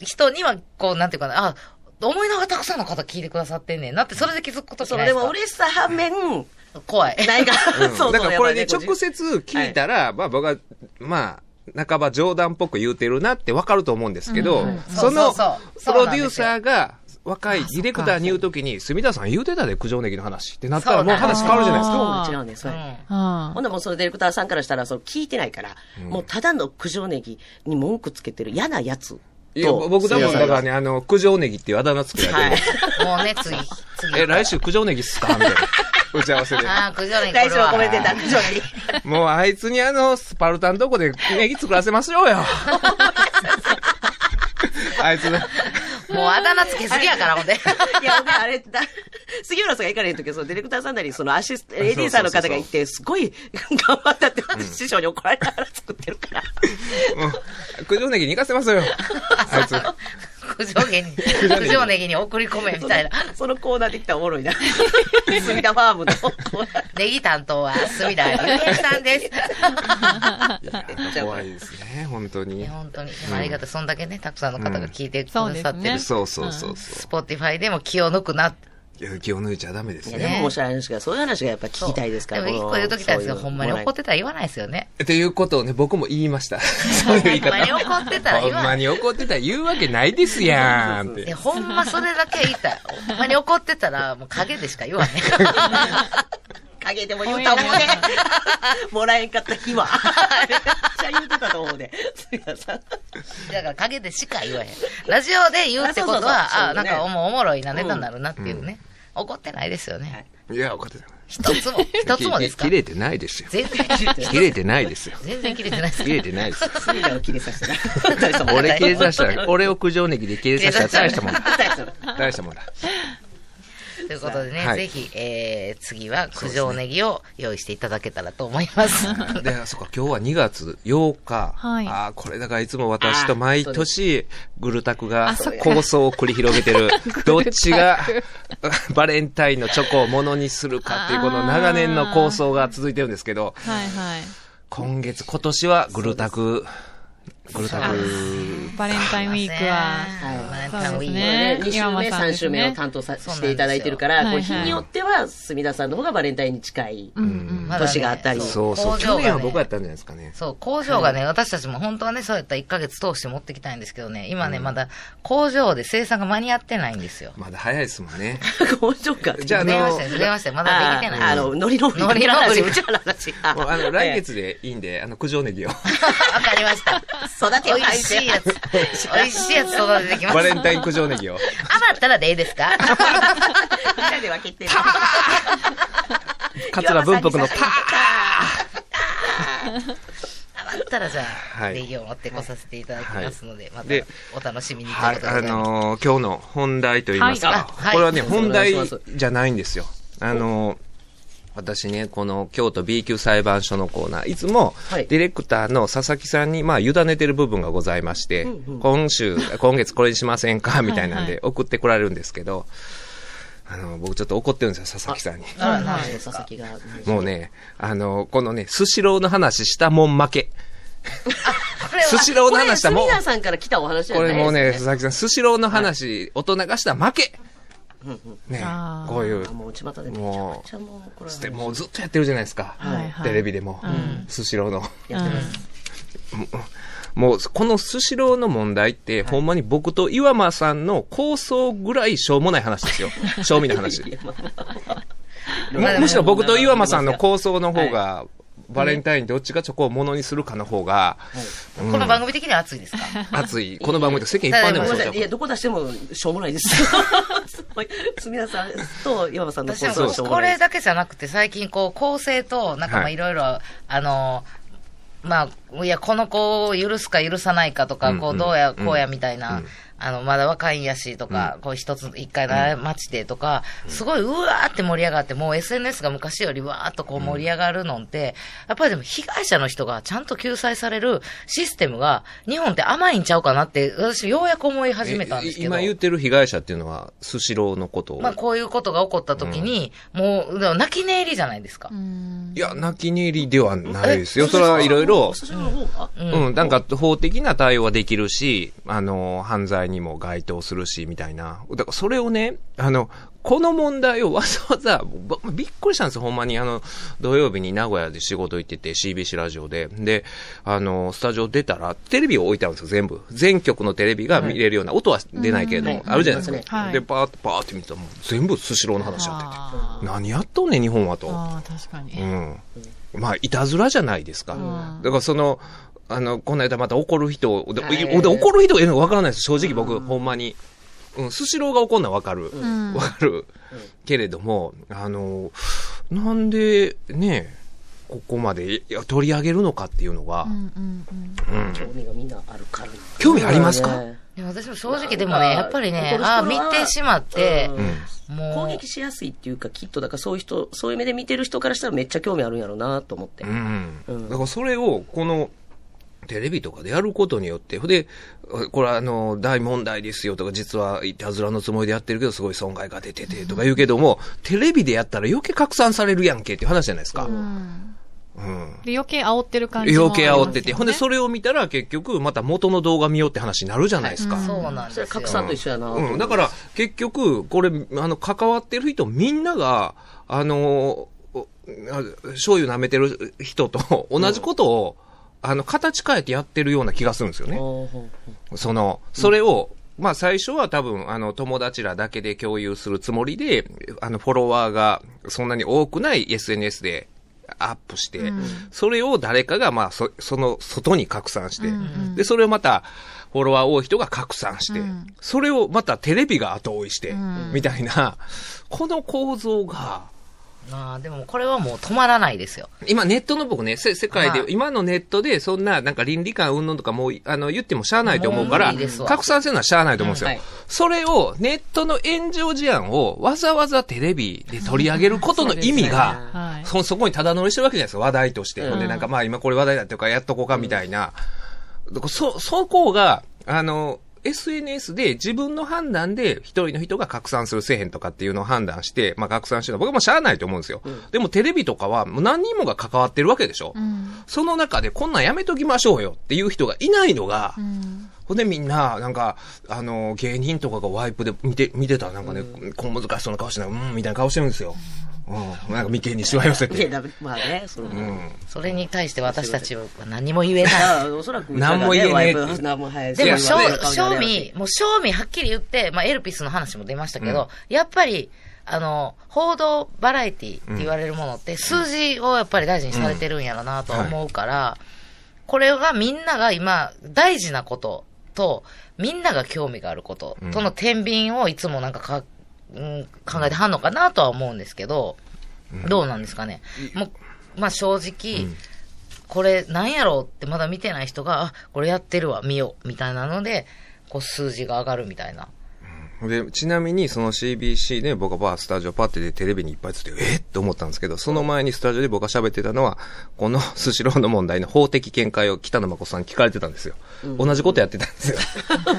Speaker 1: 人には、こう、なんていうかな、あ、思いのがたくさんの方聞いてくださってんねんなって、それで気づくことじゃ
Speaker 3: そう、
Speaker 1: ないで
Speaker 3: です
Speaker 1: か。
Speaker 3: も嬉しさ反面、
Speaker 1: 怖い。
Speaker 3: ないが、
Speaker 5: うん
Speaker 3: そうそう
Speaker 5: だからこれね、
Speaker 3: やっぱり
Speaker 5: 直接聞いたら、まあ僕は、まあ、半ば冗談っぽく言うてるなってわかると思うんですけど、そ
Speaker 1: そ
Speaker 5: の
Speaker 1: うそうそ
Speaker 5: プ
Speaker 1: うそう
Speaker 5: ロ
Speaker 1: なん
Speaker 5: デ
Speaker 1: ですよ
Speaker 5: ューサーが、若いディレクターに言うときに、隅田さん言うてたで、九条ネギの話ってなった
Speaker 1: そ
Speaker 5: ら
Speaker 1: う
Speaker 5: もう
Speaker 1: なんです
Speaker 5: 話変わるじゃないですか。
Speaker 4: あー
Speaker 3: そう、違うんです。
Speaker 1: う
Speaker 3: はい
Speaker 1: ん
Speaker 4: うん
Speaker 3: ほんならもうそのディレクターさんからしたら、その聞いてないから、もうただの九条ネギに文句つけてる嫌なやつと。
Speaker 5: いや僕多分、だから
Speaker 3: ね。
Speaker 5: ね、あの、九条ネギっていうあだ名つけら
Speaker 3: は
Speaker 5: れ
Speaker 3: い
Speaker 5: て。
Speaker 1: もうね、次、次。
Speaker 5: え、来週九条ネギっすかみ
Speaker 1: [laughs]
Speaker 5: たいな。打ち合わせで。
Speaker 1: ああ、苦情ね、
Speaker 3: 大丈夫、コメン
Speaker 1: こ
Speaker 3: テ
Speaker 1: れ
Speaker 3: ー
Speaker 1: は
Speaker 3: ター、九条ネ
Speaker 1: [laughs]
Speaker 3: ギ。
Speaker 5: もうあいつにあの、スパルタンとこでネギ作らせましょう
Speaker 1: [laughs]
Speaker 5: よ。 [laughs] あいつの。
Speaker 1: もうあだ名つけすぎやから、ほん
Speaker 3: [laughs]
Speaker 1: で。
Speaker 3: いや、僕あれ、だ、杉浦さんが行かれへん時は、そのディレクターさんなり、そのアシスト、AD さんの方が行って、すごい [laughs] 頑張ったって、師匠に怒られながら作ってるから。
Speaker 5: もう九条ネギに行か
Speaker 1: [laughs]
Speaker 5: せますよ。あいつ。
Speaker 1: 苦情ネギに、苦情ネギに送り込め、みたいな。
Speaker 3: そのコーナーできたらおもろ
Speaker 1: [laughs]
Speaker 3: いな。杉田ファームのコーナー。
Speaker 1: ネギ担当は、隅田祐
Speaker 4: [laughs]
Speaker 1: 平さんです。
Speaker 5: 怖いですね、本当
Speaker 1: い
Speaker 5: に
Speaker 1: や、。本当に。でもありがたい。そんだけね、たくさんの方が聞いてくださ
Speaker 4: そ
Speaker 1: っ
Speaker 4: う
Speaker 1: て
Speaker 4: で
Speaker 1: る。
Speaker 4: すね
Speaker 5: そうそうそうそ
Speaker 1: スポティファイでも気を抜くな。
Speaker 5: う。勇気を抜いちゃダメです
Speaker 3: いや、で
Speaker 5: ね。
Speaker 3: も面白い話が、そういう話がやっぱ聞きたいですから。。
Speaker 1: でも一個言うときたいんですけど、ほんまに怒っててたら言わないですよね。
Speaker 5: っていうことをね、僕も言い
Speaker 1: [laughs]
Speaker 5: ました。そういう
Speaker 1: ほ
Speaker 5: 言い
Speaker 1: ん
Speaker 5: 方
Speaker 1: ま。に怒ってたら
Speaker 5: ほん
Speaker 1: 言わな
Speaker 5: ま
Speaker 1: い。
Speaker 5: に怒ってたら言うわけないですやんっ
Speaker 1: い
Speaker 5: て
Speaker 1: や。ほんまそれだけ言いたい。ほんまに怒ってたら、もう影でしか言わへん。
Speaker 3: 陰でも言うたもんね。 [laughs] もらえんかった日は。めっちゃ言うてたと思うね。杉田さん。
Speaker 1: だから影でしか言わへん。ラジオで言うってこと
Speaker 3: あそうそうそう
Speaker 1: は、あ、
Speaker 3: そ
Speaker 1: な
Speaker 3: うんね
Speaker 1: かおもおもろいなネタになるなっていうね。怒ってないですよね。
Speaker 5: いや、怒ってた。
Speaker 1: 一つも、一つもですか
Speaker 5: 切れてないですよ。
Speaker 1: 全然、
Speaker 5: 切れてないですよ。
Speaker 1: 全然切れてないです
Speaker 5: 切れてないです
Speaker 1: [laughs]
Speaker 5: よ。
Speaker 3: 杉田を切れさせてな
Speaker 5: 俺切れさせたら、俺を九条ネギで切れさせたら大したもんだ。
Speaker 3: 大したもん
Speaker 5: 大したもんだ。
Speaker 1: ということでね、
Speaker 5: はい
Speaker 1: ぜひ、えー、次は九条ネギを用意していただけたらと思います。
Speaker 5: で、あそっか、今日は2月8日。
Speaker 4: はい
Speaker 5: ああ、これだからいつも私と毎年、グルタクが
Speaker 4: あそっか
Speaker 5: 構想を繰り広げて
Speaker 4: [laughs]
Speaker 5: る。どっちが、 [laughs] バレンタインのチョコをものにするかっていう、この長年の構想が続いてるんですけど、
Speaker 4: はいはい。
Speaker 5: 今月、今年はグルタク、グルタク、
Speaker 4: バレンタインウィークは。
Speaker 1: はい、
Speaker 4: そうです
Speaker 3: これね
Speaker 4: ね
Speaker 3: 2週
Speaker 4: 岩
Speaker 3: 目、
Speaker 4: 間さ
Speaker 3: 3
Speaker 4: んです
Speaker 3: 週
Speaker 4: ね
Speaker 3: 目を担当させていただいてるから、
Speaker 4: そ
Speaker 3: こう
Speaker 4: うな
Speaker 3: ん
Speaker 4: です
Speaker 3: 日
Speaker 4: よはいはい
Speaker 3: によっては、隅田さんの方がバレンタインに近い。 [laughs]
Speaker 4: うん
Speaker 3: 年があったり
Speaker 5: そうそう、去年は僕やったんじゃないですかね。
Speaker 1: そう、工場がね、私たちも本当はね、そうやったら1ヶ月通して持ってきたいんですけどね、今ね、まだ工場で生産が間に合ってないんですよ。
Speaker 5: まだ早いですも
Speaker 1: [laughs]
Speaker 5: んね。
Speaker 3: 工場か。
Speaker 5: じゃあ、あの
Speaker 1: 電、話して、電話して、まだできてない。[laughs]
Speaker 3: あの、ノリノリ。
Speaker 1: ノリノリ
Speaker 3: うちらの話。あ
Speaker 5: もうあの、来。月でいいんで、あの、九条ネギを。
Speaker 1: わかりま
Speaker 5: [laughs]
Speaker 1: した。
Speaker 3: 育て
Speaker 1: 美
Speaker 3: よう
Speaker 1: 味しい
Speaker 3: [laughs]
Speaker 1: やつ。美味しいやつ育ててきます。
Speaker 5: バレン
Speaker 1: 余
Speaker 5: タイン九条ネギを。
Speaker 1: ったらでいいですか
Speaker 3: みんなで分けて。
Speaker 5: 桂文福のパー
Speaker 1: 余ったらじゃあ、
Speaker 5: はい
Speaker 1: ネギを持ってこさせていただきますので、また
Speaker 5: で
Speaker 1: お楽しみにと
Speaker 5: は
Speaker 1: いう
Speaker 5: い
Speaker 1: こ、とで
Speaker 5: あ
Speaker 1: ございます。
Speaker 5: のー今日の本題といいます
Speaker 1: はいあ
Speaker 5: か、
Speaker 1: はい
Speaker 5: これはね、
Speaker 3: そうそう
Speaker 5: 本題
Speaker 3: お願いします
Speaker 5: じゃないんですよ。あのー私ね、この京都 B 級裁判所のコーナー、いつも
Speaker 3: はい
Speaker 5: ディレクターの佐々木さんに、まあ、委ねてる部分がございまして、今週、今月これにしませんかみたいなんで送ってこられるんですけど、あのー僕ちょっと怒ってるんですよ、佐々木さんに。
Speaker 3: あら、なんで佐々木が。
Speaker 5: もうね、あのーこのね、スシローの話したもん負け。
Speaker 1: これは
Speaker 5: スシローの話したも
Speaker 3: こ
Speaker 5: ん
Speaker 3: れ、。隅田さんから来たお話じゃ
Speaker 5: こ
Speaker 3: ないで
Speaker 5: れ
Speaker 3: すか
Speaker 5: もうね、佐々木さん、スシローの話、大人がしたら負けね
Speaker 4: あー
Speaker 5: こういう
Speaker 3: あ、もう内股でめちゃ
Speaker 5: も
Speaker 3: くちゃもう、これ
Speaker 5: う、でもうずっとやってるじゃないですか。
Speaker 4: はいはい
Speaker 5: テレビでも、スシローの。
Speaker 3: やってます。
Speaker 5: もう、このスシローの問題って、ほんまに僕と岩間さんの構想ぐらいしょうもない話ですよ。賞味の話。むむしろ僕と岩間さんの構想の方が、バレンタインどっちがチョコをものにするかの方が、うん
Speaker 1: この番組的には熱いですか
Speaker 5: 熱い。この番組と世間一般で
Speaker 3: ごめ
Speaker 5: もそ
Speaker 3: ん
Speaker 5: う
Speaker 3: な
Speaker 5: ちゃ
Speaker 3: さ
Speaker 5: う
Speaker 3: い。いや、どこ出してもしょうもないです。すごい。すみださんと岩場さんの
Speaker 1: 私
Speaker 3: 放送はしょ
Speaker 1: も
Speaker 3: う
Speaker 1: こ
Speaker 3: もない
Speaker 1: れ
Speaker 3: です。
Speaker 1: だけじゃなくて、最近こう、構成と、なんかま
Speaker 5: は
Speaker 1: あ
Speaker 5: い
Speaker 1: いろいろ、あの、まあ、いや、この子を許すか許さないかとか、こう、
Speaker 5: うんうん
Speaker 1: どうや、こうやみたいな、あの、まだ若いんやしとか、こう一つ、一回の待ちでとか、すごい、うわーって盛り上がって、もう SNS が昔よりわーっとこう盛り上がるのって、やっぱりでも被害者の人がちゃんと救済されるシステムが、日本って甘いんちゃうかなって、私ようやく思い始めたんですけど。
Speaker 5: 今言ってる被害者っていうのは、スシローのことを。
Speaker 1: まあ、こういうことが起こった時に、もう、でも泣き寝入りじゃないですか。
Speaker 5: いや、泣き寝入りではないですよ。それはいろいろ、
Speaker 3: そちらの方が
Speaker 5: うん、なんか法的な対応はできるし、あの、犯罪にも該当するし、みたいな。だからそれをね、あの、この問題をわざわざ、ばびっくりしたんですよ、ほんまに。あの、土曜日に名古屋で仕事行ってて、CBC ラジオで。で、あの、スタジオ出たら、テレビを置いてあるんですよ、全部。全局のテレビが見れるような、音は出ないけれども、
Speaker 3: うん
Speaker 5: あるじゃないで
Speaker 3: はい
Speaker 5: すか。
Speaker 4: はい
Speaker 5: で、パーッとパーって見たら、もう全部スシローの話やってて。何やっとんねん、日本はと。
Speaker 4: ああ、確かに。
Speaker 5: うん。まあ、いたずらじゃないですか。だからその、あの、この間また怒る人、で
Speaker 1: はい
Speaker 5: いで怒る人がいるのわからないです。正直僕、ほんまに。うん、スシローが怒るのはわかる。
Speaker 4: ん
Speaker 5: わかる。けれども、あの、なんで、ね、ここまでいや取り上げるのかっていうのが、
Speaker 4: うんうんうん。
Speaker 5: うん
Speaker 3: 興味がみんなあるから。
Speaker 5: 興味ありますか
Speaker 1: いや私も正直でも
Speaker 3: なん
Speaker 1: ね、
Speaker 3: か
Speaker 1: やっぱりね
Speaker 3: 怒、る人
Speaker 1: あ
Speaker 3: は
Speaker 1: あ、見てしまって、
Speaker 5: うん
Speaker 1: もう。
Speaker 3: 攻撃しやすいっていうか、きっと、だからそういう人、そういう目で見てる人からしたらめっちゃ興味あるんやろうなと思って。
Speaker 5: う
Speaker 3: うん
Speaker 5: ん。だからそれを、この、テレビとかでやることによって、で、これはあの、大問題ですよとか、実はいたずらのつもりでやってるけど、すごい損害が出ててとか言うけども、テレビでやったら余計拡散されるやんけっていう話じゃないですか。
Speaker 4: うん
Speaker 5: うん。
Speaker 4: で余計煽ってる感じもあり
Speaker 5: 余
Speaker 4: ますよね。
Speaker 5: 計煽ってて。ほんで、それを見たら結局、また元の動画見ようって話になるじゃないですか。
Speaker 1: そうなんで
Speaker 3: そ
Speaker 1: す
Speaker 3: れ
Speaker 1: よ。
Speaker 3: は拡散と一緒やな
Speaker 5: うん、だから、結局、これ、あの、関わってる人みんなが、あの、おあ醤油舐めてる人と [laughs] 同じことを、あの、形変えてやってるような気がするんですよね。
Speaker 3: うん
Speaker 5: その、それを、まあ最初は多分、あの、友達らだけで共有するつもりで、あの、フォロワーがそんなに多くない SNS でアップして、それを誰かが、まあ、そ、その外に拡散して、で、それをまた、フォロワー多い人が拡散して、
Speaker 4: うん
Speaker 5: それをまたテレビが後追いして、
Speaker 4: ん
Speaker 5: みたいな、この構造が、
Speaker 1: まあ、でもこれはもう止まらないですよ。
Speaker 5: 今ネットの僕ね、せ世界
Speaker 1: は
Speaker 5: で、
Speaker 1: い
Speaker 5: 今のネットでそんななんか倫理観云々とかもう、あの、言ってもしゃあないと思うから
Speaker 1: もう無理です、わ
Speaker 5: 拡散するのはしゃあないと思うんですよ。
Speaker 3: うんはい
Speaker 5: それを、ネットの炎上事案をわざわざテレビで取り上げることの意味が、
Speaker 4: はい。
Speaker 5: そ、そこにただ乗りしてるわけじゃないですか、話題として。ほんで、なんかまあ今これ話題だっていうからやっとこうかみたいな。そ、そこが、あの、SNS で自分の判断で一人の人が拡散するせえへんとかっていうのを判断して、まあ拡散してるのは僕はもうしゃあないと思うんですよ。でもテレビとかはもう何人もが関わってるわけでしょ。
Speaker 4: うん
Speaker 5: その中でこんなんやめときましょうよっていう人がいないのが、
Speaker 4: うん
Speaker 5: ほんでみんな、なんか、あの、芸人とかがワイプで見て、見てたらなんかね、こう難しそうな顔してな、うん、みたいな顔してるんですよ。うん、なんか眉間にしわ寄せ
Speaker 3: いや、
Speaker 5: て。
Speaker 3: だめまあね、その、
Speaker 5: うん。
Speaker 1: それに対して私たちは何も言えない。
Speaker 3: ああおそらく、
Speaker 5: 何も言えねえ
Speaker 3: ワイプ何もはい
Speaker 1: でも、
Speaker 5: い
Speaker 1: 賞
Speaker 5: やまあね
Speaker 1: 賞味、もう賞味はっきり言って、まあ、エルピスの話も出ましたけど、やっぱり、あの、報道バラエティって言われるものって、数字をやっぱり大事にされてるんやろなとは思うから、これがみんなが今、大事なことと、みんなが興味があることとの天秤をいつもなんかか、うん、考えてはんのかなとは思うんですけど、どうなんですかね。もう、まあ正直、これなんやろうってまだ見てない人が、あ、これやってるわ、見よう、みたいなので、こう数字が上がるみたいな。
Speaker 5: で、ちなみに、その CBC で僕はバースタジオパッてでテレビにいっぱいつって、えっと思ったんですけど、その前にスタジオで僕が喋ってたのは、この [laughs] スシローの問題の法的見解を北野誠さんに聞かれてたんですよ。同じことやってたんですよ。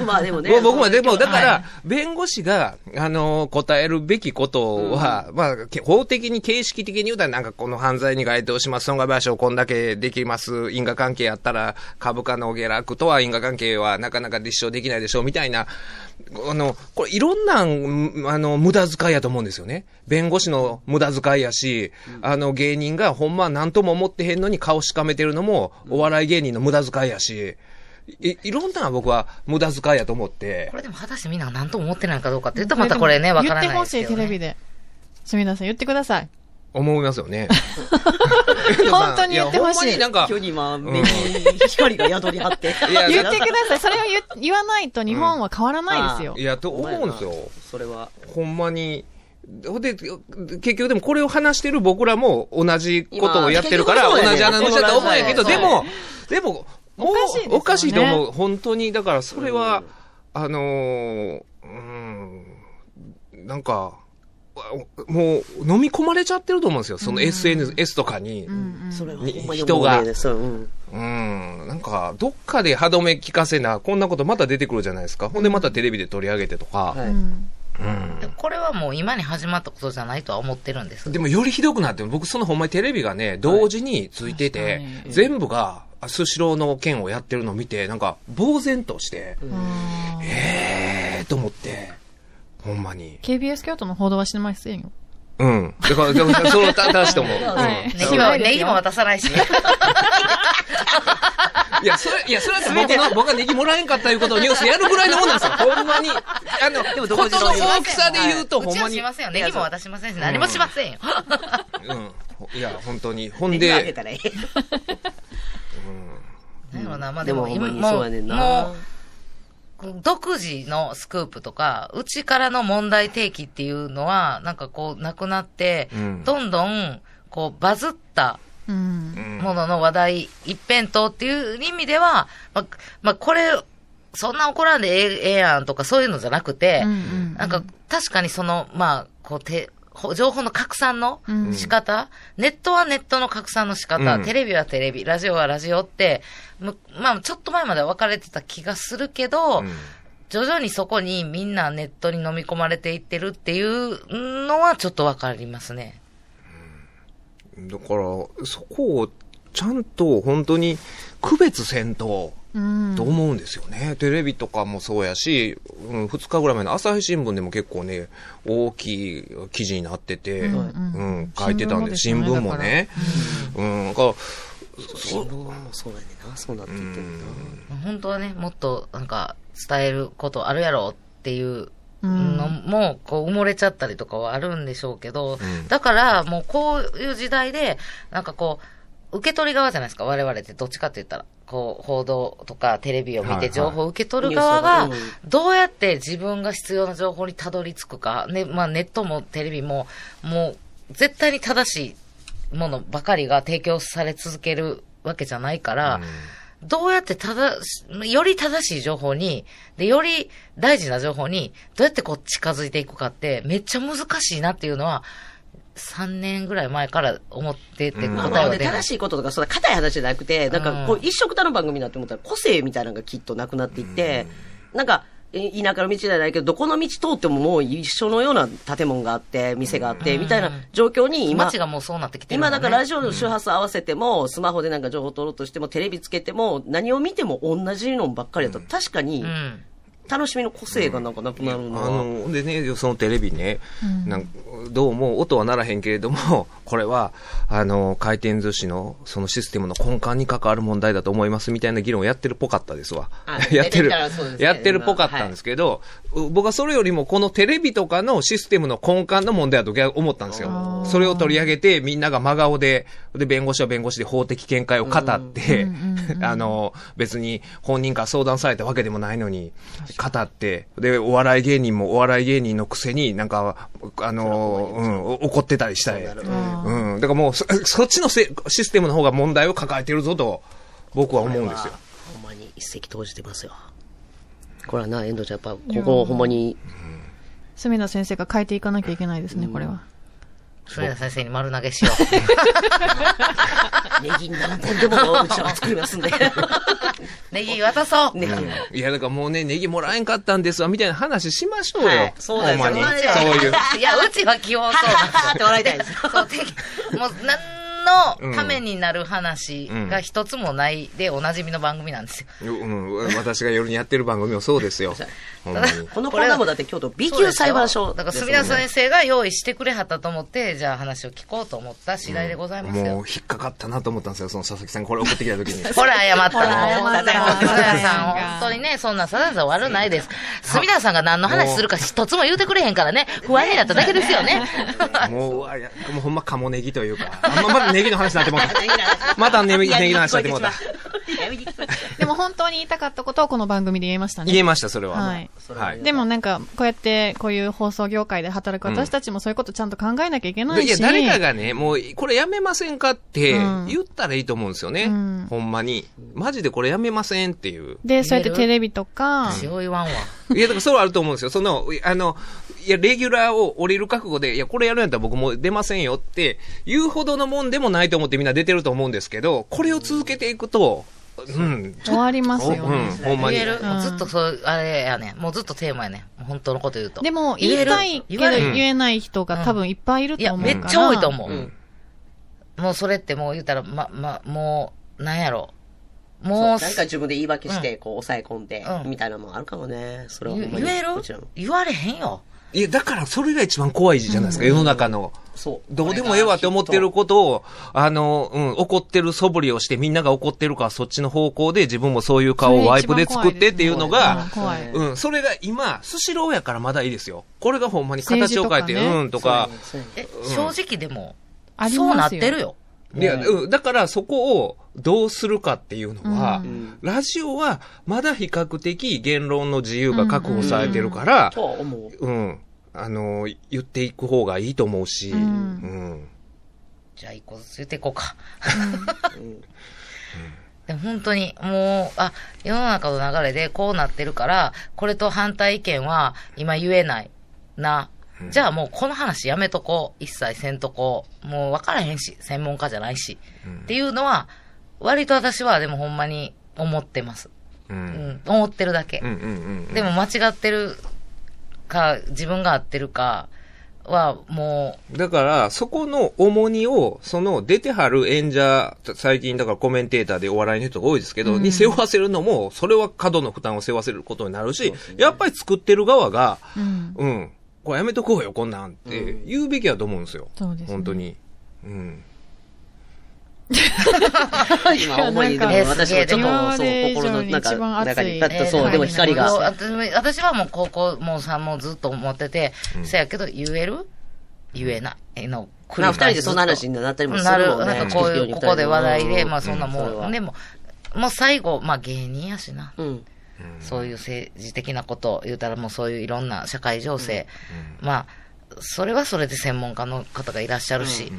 Speaker 3: [laughs] まあでもね。
Speaker 5: 僕も、でも、だか
Speaker 1: は
Speaker 5: ら、弁護士が、あの、答えるべきことは、まあ、け法的に、形式的に言うたら、なんか、この犯罪に該当します、損害賠償こんだけできます、因果関係やったら、株価の下落とは因果関係はなかなか立証できないでしょう、みたいな、あの、これ、いろんなん、んあの、無駄遣いやと思うんですよね。弁護士の無駄遣いやし、あの、芸人がほんま何とも思ってへんのに顔しかめてるのも、お笑い芸人の無駄遣いやし、い、いろんなん僕は無駄遣いやと思って
Speaker 1: こ。れでも果たしてみんな何とも思ってないかどうかって言ったらまたこれね、わからないです
Speaker 4: 言っ
Speaker 1: け
Speaker 4: てほし
Speaker 1: ど、
Speaker 4: い、テレビ
Speaker 1: ね。
Speaker 4: で。すみません、言ってください。
Speaker 5: 思います
Speaker 4: [laughs]
Speaker 5: よね。 [laughs]
Speaker 4: 本当に言ってほしい
Speaker 5: やほんまになんか、
Speaker 3: 距離今、
Speaker 5: ん
Speaker 3: 目に光が宿り張って。
Speaker 5: いや
Speaker 4: 言ってください。それを言言わないと日本は変わらないですよ
Speaker 5: い。や、と思うんですよ。
Speaker 3: それは。
Speaker 5: ほんまに。で、結局でもこれを話してる僕らも同じことをやってるから、
Speaker 3: 今
Speaker 5: 同
Speaker 3: 結局そうやね
Speaker 5: じ穴の下だと思うんやけ
Speaker 1: そ
Speaker 5: ど、
Speaker 1: う
Speaker 5: で
Speaker 1: やね
Speaker 5: も、でも、も
Speaker 4: お
Speaker 5: う
Speaker 4: かしいですよね
Speaker 5: おかしいと思う。本当に、だからそれは、あのー、うーん、なんか、わもう飲み込まれちゃってると思うんですよ。その SNS とかに。
Speaker 3: それはほんまに
Speaker 5: 人
Speaker 3: 思う
Speaker 5: が
Speaker 3: ねです。うん
Speaker 5: うん、なんか、どっかで歯止め聞かせな、こんなことまた出てくるじゃないですか。ほんでまたテレビで取り上げてと
Speaker 3: は
Speaker 5: か。
Speaker 4: う
Speaker 3: い。
Speaker 4: ん
Speaker 5: うん。
Speaker 1: これはもう今に始まったことじゃないとは思ってるんです。
Speaker 5: でもよりひどくなって、僕そのほんまにテレビがね、同時についてて、
Speaker 6: 確かに
Speaker 5: 全部が、あスシローの件をやってるのを見て、なんか、呆然として、えーと思って、ほんまに。
Speaker 6: KBS 京都の報道はしてませんよ。
Speaker 5: うん。だから、だからそう、た、出しても。
Speaker 6: はい
Speaker 5: う
Speaker 1: [laughs] ネ
Speaker 5: ん
Speaker 6: そう
Speaker 1: ギ
Speaker 6: な
Speaker 1: も、
Speaker 6: いですよ
Speaker 1: ネギも渡さないしね。
Speaker 5: いや、それ、いや、それだって僕の、僕がネギもらえんかったいうことをニュースやるぐらいのもんなんですよ。ほんまに。あの、
Speaker 3: でも同
Speaker 5: ことの
Speaker 3: 時の
Speaker 5: 大きさで言うと、
Speaker 1: う
Speaker 5: ほん
Speaker 1: ち
Speaker 5: ま
Speaker 1: は
Speaker 5: に。
Speaker 1: しませんよ。
Speaker 3: い
Speaker 1: ネ
Speaker 3: や
Speaker 1: ギも渡しませんし、何もしませんよ。
Speaker 5: うん。いや、本当に。ほん
Speaker 3: で、あげ
Speaker 5: で、
Speaker 3: たらえ
Speaker 1: なんやろな、まあで
Speaker 3: でも
Speaker 1: も
Speaker 3: ほんま
Speaker 1: 今、
Speaker 3: に
Speaker 1: も
Speaker 3: そうや
Speaker 1: う、
Speaker 3: ねんな。
Speaker 1: もう、独自のスクープとか、うちからの問題提起っていうのは、なんかこう、なくなって、
Speaker 5: うん
Speaker 1: どんどん、こう、バズった
Speaker 6: うん
Speaker 5: う。ん
Speaker 1: ものの話題一辺倒っていう意味では、まあ、まあ、これ、そんな怒らんでええええやんとかそういうのじゃなくて、
Speaker 6: うんうん
Speaker 1: なんか確かにその、まあ、こうて、ほ情報の拡散の
Speaker 6: うん
Speaker 1: 仕方、ネットはネットの拡散の仕方、
Speaker 5: うん
Speaker 1: テレビはテレビ、ラジオはラジオって、むまあ、ちょっと前までは分かれてた気がするけど、
Speaker 5: うん
Speaker 1: 徐々にそこにみんなネットに飲み込まれていってるっていうのはちょっと分かりますね。
Speaker 5: だから、そこをちゃんと本当に区別せんと、
Speaker 6: うん
Speaker 5: と思うんですよね。テレビとかもそうやし、うん、2日ぐらい前の朝日新聞でも結構ね、大きい記事になってて、うん、
Speaker 6: ん
Speaker 5: 書いてたんで、
Speaker 6: 新
Speaker 5: 新聞
Speaker 6: 聞
Speaker 5: も
Speaker 6: も
Speaker 5: ね
Speaker 6: で。
Speaker 5: うん、だから、
Speaker 3: 新聞はもうそうやねんな。そうなっていってるな。
Speaker 1: 本当はね、もっとなんか伝えることあるやろっていうのも、こう埋もれちゃったりとかはあるんでしょうけど、だからもうこういう時代で、なんかこう、受け取り側じゃないですか、我々ってどっちかって言ったら。こう、報道とかテレビを見
Speaker 5: はいは
Speaker 1: て
Speaker 5: い
Speaker 1: 情報を受け取る側が
Speaker 3: ニュースをう、
Speaker 1: どうやって自分が必要な情報にたどり着くか、ね、まあネットもテレビも、もう絶対に正しいものばかりが提供され続けるわけじゃないから、どうやって正し、より正しい情報に、で、より大事な情報に、どうやってこう近づいていくかって、めっちゃ難しいなっていうのは、3年ぐらい前から思ってて、
Speaker 5: うん
Speaker 3: あと
Speaker 1: 答えは
Speaker 3: はね、
Speaker 1: 出ない
Speaker 3: 正しいこととか、そんな硬い話じゃなくて、なん
Speaker 1: う
Speaker 3: か
Speaker 1: ん
Speaker 3: こう、一色たの番組になって思ったら、個性みたいなのがきっとなくなっていって、なんか、え田舎の道じゃないけど、どこの道通ってももう一緒のような建物があって、店があって、みたいな状況に今
Speaker 1: 街、がもうそうなってきてる
Speaker 3: 今
Speaker 1: もんね。
Speaker 3: だからラジオの周波数合わせても、スマホでなんか情報取ろうとしても、テレビつけても、何を見ても同じのばっかりだったら、確かに
Speaker 1: う、ん。
Speaker 3: 楽しみの個性がなんかなくなるの
Speaker 5: あ
Speaker 3: は。
Speaker 5: の、でね、そのテレビね、なんどうも音はならへんけれども、 [laughs] これは、あの、回転寿司の、そのシステムの根幹に関わる問題だと思いますみたいな議論をやってるっぽかったですわ
Speaker 3: あ。
Speaker 5: [laughs] やっ
Speaker 3: 出て
Speaker 5: て
Speaker 3: き
Speaker 5: る
Speaker 3: たらそうです、ね
Speaker 5: やってるっぽかったんですけど、う僕はそれよりもこのテレビとかのシステムの根幹の問題だと逆に思ったんですよ。それを取り上げて、みんなが真顔で、で、弁護士は弁護士で法的見解を語って、 [laughs] あの、別に本人から相談されたわけでもないのに、語って、で、お笑い芸人もお笑い芸人のくせになんか、あの、うん、お怒ってたりしたり。うん。だからもう、そ [laughs] そっちのせシステムの方が問題を抱えてるぞと、僕は思うんですよ。
Speaker 3: ほんまに一石投じてますよ。これはな、遠藤ちゃん、やっぱ、ここをほんまに、
Speaker 6: 隅田先生が変えていかなきゃいけないですね、これは。
Speaker 1: それでは先生に丸投げしよ
Speaker 3: [laughs] ネギ何本でもうちは作りますん
Speaker 1: [laughs]
Speaker 3: で。
Speaker 1: う。ネギ渡そう。
Speaker 3: ね
Speaker 5: いや、だからもうね、ネギもらえんかったんですわ、みたいな話しましょうよ。
Speaker 3: はいそうだよ
Speaker 5: ほんまに。
Speaker 3: そ
Speaker 5: そう
Speaker 3: だよ
Speaker 5: いう。
Speaker 1: いや、うちは基本
Speaker 3: は
Speaker 1: そう
Speaker 3: は
Speaker 1: なんですよ
Speaker 3: ははって笑いたいです。
Speaker 1: そう、てもう、何のためになる話が一つもないで、おなじみの番組なんですよ。
Speaker 5: うん、私が夜にやってる番組もそうですよ。ほんまに。
Speaker 3: このコーナーもだって京都 B 級裁判所
Speaker 1: だから、
Speaker 3: ですも [laughs]
Speaker 1: 住
Speaker 3: んね
Speaker 1: 田先生が用意してくれはったと思って、じゃあ話を聞こうと思った次第でございます
Speaker 5: も
Speaker 1: よ。
Speaker 5: う引っかかったなと思ったんですよ、その佐々木さんこれ送ってきた時に。
Speaker 1: ほら、謝った
Speaker 3: ほら謝
Speaker 1: の。
Speaker 3: ったね
Speaker 1: 須田さん、本当にね、そんな須田さん悪ないです。住田さんが何の話するか一つも言うてくれへんからね、不安になっただけですよね。
Speaker 5: もううわ、いや、
Speaker 4: [laughs]
Speaker 5: もうほんまカモネギというか。あんままだネギの話になってもうた。またネギネギの話になってもうた。
Speaker 3: やめにくい。
Speaker 4: でも本当に言いたかったことをこの番組で言えましたね。
Speaker 5: 言えました、それは。
Speaker 4: はい
Speaker 5: もうはい。
Speaker 4: でもなんか、こうやって、こういう放送業界で働く私たちもそういうことちゃんと考えなきゃいけない
Speaker 5: い
Speaker 4: し。
Speaker 5: や、誰かがね、もう、これやめませんかって
Speaker 4: うん
Speaker 5: 言ったらいいと思うんですよね。
Speaker 4: うん
Speaker 5: ほんまに。マジでこれやめませんっていう。
Speaker 4: で、そうやってテレビとか、
Speaker 1: 強いわんわ。
Speaker 5: いや、だからそれはあると思うんですよ。その、あの、いや、レギュラーを降りる覚悟で、いや、これやるんやったら僕もう出ませんよって、言うほどのもんでもないと思ってみんな出てると思うんですけど、これを続けていくと、うん、
Speaker 4: 終わります
Speaker 5: おう
Speaker 4: よ。
Speaker 5: ん、ほんまに
Speaker 1: 言え。る、
Speaker 4: ん
Speaker 1: もうずっとそう、あれやね。もうずっとテーマやね。本当のこと言うと。
Speaker 4: でも、
Speaker 1: 言
Speaker 4: 言
Speaker 1: え
Speaker 4: い
Speaker 1: る
Speaker 4: たいけど
Speaker 1: 言え
Speaker 5: る
Speaker 4: 言えない人が多分いっぱいいる
Speaker 1: い
Speaker 4: と
Speaker 1: や、
Speaker 4: 思うから。
Speaker 1: めっちゃ多いと思
Speaker 5: う
Speaker 1: う。
Speaker 5: ん。
Speaker 1: もうそれってもう言ったら、ま、ま、もう、なんやろ。もう
Speaker 3: そ
Speaker 1: す、
Speaker 3: うなんか自分で言い訳して、こう、抑え込んで、
Speaker 1: うん
Speaker 3: みたいなのもあるかもね。それはほんま
Speaker 1: 言
Speaker 3: に。
Speaker 1: える
Speaker 3: もちろん
Speaker 1: 言われへんよ。
Speaker 5: いや、だからそれが一番怖いじゃないですか、世の中の。
Speaker 3: そう。
Speaker 5: どうでもええわって思ってることを、あの、うん、怒ってる素振りをして、みんなが怒ってるから、そっちの方向で自分もそういう顔をワイプで作ってっていうの
Speaker 4: う
Speaker 5: が
Speaker 4: ん、怖い。
Speaker 5: うん、それが今、スシローやからまだいいですよ。これがほんまに形を変え
Speaker 4: 政治と
Speaker 5: て、
Speaker 4: かね
Speaker 5: うんと
Speaker 3: そうや
Speaker 5: か
Speaker 3: ね、そうやね
Speaker 1: え、正直でも、
Speaker 4: ありますよ
Speaker 1: そうなってるよ。
Speaker 5: いや、うん、だからそこをどうするかっていうのは、
Speaker 4: うん
Speaker 5: ラジオはまだ比較的言論の自由が確保されてるから、
Speaker 3: とは思う。
Speaker 5: うん、あの、言っていく方がいいと思うし、
Speaker 4: うん
Speaker 5: うん
Speaker 1: じゃあ一個ずつ言っていこうか。 [laughs]
Speaker 3: うん
Speaker 1: でも本当に、もう、あ、世の中の流れでこうなってるから、これと反対意見は今言えないな。じゃあもうこの話やめとこう。一切せんとこう。もう分からへんし、専門家じゃないし。っていうのは、割と私はでもほんまに思ってます。
Speaker 5: う
Speaker 1: うんん、思ってるだけ
Speaker 5: うんう。んうん
Speaker 1: でも間違ってるか、自分が合ってるかは、も
Speaker 5: だから、そこの重荷を、その出てはる演者、最近だからコメンテーターでお笑いの人が多いですけど、に背負わせるのも、それは過度の負担を背負わせることになるし、やっぱり作ってる側が、
Speaker 4: うん。
Speaker 5: うん、これやめとこうよ、こんなんって言うべきだと思うんですよ。
Speaker 4: そうですね
Speaker 5: 本当に。うん。
Speaker 3: 今思い出
Speaker 1: いや
Speaker 3: で
Speaker 1: なんか
Speaker 3: 私もちょっ
Speaker 4: 今ま
Speaker 3: と、そう、
Speaker 4: で以上
Speaker 3: 心の
Speaker 4: に
Speaker 3: 中、
Speaker 4: 一番熱い
Speaker 3: 中に立っ
Speaker 1: う、
Speaker 3: た、
Speaker 4: えー
Speaker 3: そう、でも
Speaker 4: はい
Speaker 3: 光が。
Speaker 1: 私も私はもう高校、もうさ、もうずっと思ってて、せやけど言える言えないの繰り返
Speaker 3: な二
Speaker 1: し。
Speaker 3: 人でそんな話になったりもするもんね。
Speaker 1: なる、なんかこう
Speaker 3: 一人よ
Speaker 1: い
Speaker 3: り
Speaker 1: う、こ
Speaker 3: 二人
Speaker 1: こで話題で、
Speaker 3: うん
Speaker 1: まあそんな
Speaker 3: それ
Speaker 1: も
Speaker 3: は
Speaker 1: う、でも、もう最後、まあ芸人やしな。
Speaker 3: うん。
Speaker 1: そういう政治的なこと、言うたらもうそういういろんな社会情勢、まあ、それはそれで専門家の方がいらっしゃるし、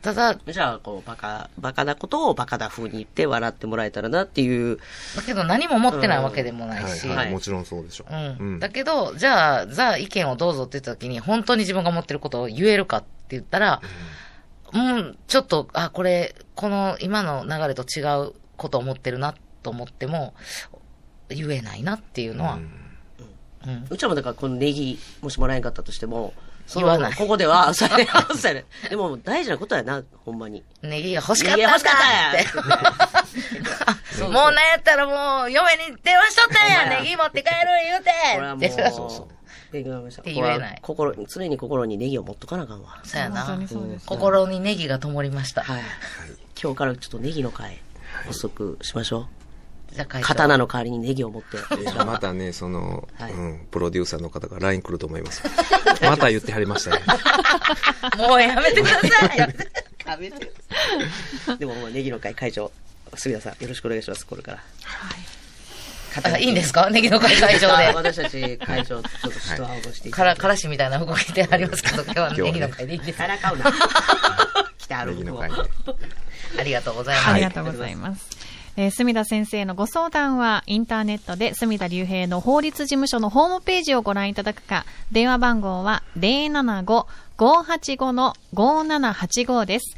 Speaker 1: ただ、だ
Speaker 3: じゃあ、こう、バカ、バカなことをバカな風に言って笑ってもらえたらなっていう。
Speaker 1: けど何も持ってないわけでもない
Speaker 5: はい
Speaker 1: し、
Speaker 5: はい、
Speaker 3: はい
Speaker 5: もちろんそうでしょう。
Speaker 1: う
Speaker 5: うんん
Speaker 1: だけど、じゃあ、ザ意見をどうぞって言った時に、本当に自分が思ってることを言えるかって言ったら、うん、ちょっと、あ、これ、この今の流れと違うことを思ってるなと思っても、言えないなっていうのは、うん
Speaker 3: うちらもだから、このネギ、もしもらえんかったとしても、その
Speaker 1: 言わない
Speaker 3: ここでは、それ、それ。でも、大事なことやな、ほんまに。
Speaker 1: ネギが欲しかったん
Speaker 3: ネ
Speaker 1: だ
Speaker 3: ギが
Speaker 1: っ
Speaker 3: 欲しか
Speaker 1: て。 [laughs] もうなんやったらもう、嫁に電話しとったんや、ネギ持って帰
Speaker 3: これ
Speaker 1: る
Speaker 3: は
Speaker 1: ん
Speaker 3: も
Speaker 1: 言うて。
Speaker 3: う、
Speaker 1: って
Speaker 3: そうそう。勉強になりました。
Speaker 1: って言えない
Speaker 3: ここは心に、常に心にネギを持っとかなあかんわ。
Speaker 1: そうやな
Speaker 4: 本当。にそうです。
Speaker 1: 心にネギが灯りました。
Speaker 3: はい。今日からちょっとネギの会、発足しましょ
Speaker 1: じゃあ
Speaker 3: う。
Speaker 1: 会長
Speaker 3: 刀の代わりにネギを持って。
Speaker 5: いやまたね、その、
Speaker 3: はい
Speaker 5: うん、プロデューサーの方が LINE 来ると思います。また言ってはりま [laughs] したね。
Speaker 1: もうやめてください。
Speaker 3: 食べて。でも、もうネギの会会長、杉田さん、よろしくお願いします、これから。
Speaker 1: あいいんですかネギの会会場 [laughs]
Speaker 3: あ
Speaker 1: で。
Speaker 3: 私たち会長、ちょっと人をごしていた
Speaker 1: から、
Speaker 3: だき
Speaker 1: からしみたいな動きでありますけど、今日はネギの会でいいです。
Speaker 3: からかうな。 [laughs] 来た
Speaker 5: ネ
Speaker 3: る
Speaker 5: ギ
Speaker 3: く
Speaker 5: の
Speaker 3: を
Speaker 5: 会 [laughs] で。
Speaker 1: ありがとうございます。
Speaker 4: ありがとうございます。えー、隅田先生のご相談は、インターネットで隅田隆平の法律事務所のホームページをご覧いただくか、電話番号は075-585-5785です。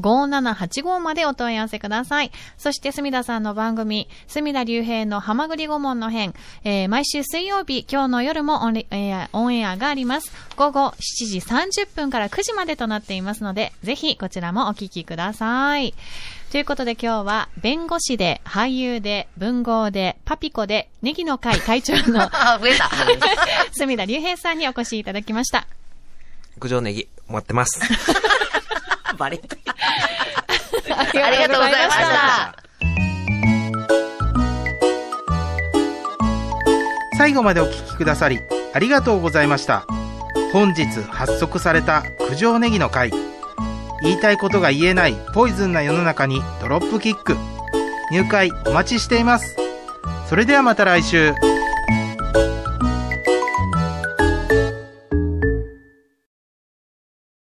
Speaker 4: 075-585-5785までお問い合わせください。そして、隅田さんの番組、隅田隆平のハマグリ顧問の編、えー毎週水曜日、今日の夜もオンレ、えーオンエアがあります。午後7時30分から9時までとなっていますので、ぜひこちらもお聞きください。ということで今日は、弁護士で、俳優で、文豪で、パピコで、ネギの会会長の [laughs]
Speaker 1: あ、増えた。
Speaker 4: 隅田隆平さんにお越しいただきました。
Speaker 5: 九条ネギ、待ってます。
Speaker 3: バレた。
Speaker 4: あり
Speaker 1: ありがとうございました。
Speaker 2: [laughs] 最後までお聞きくださりありがとうございました本日発足された九条ネギの会言いたいことが言えないポイズンな世の中にドロップキック入会お待ちしていますそれではまた来週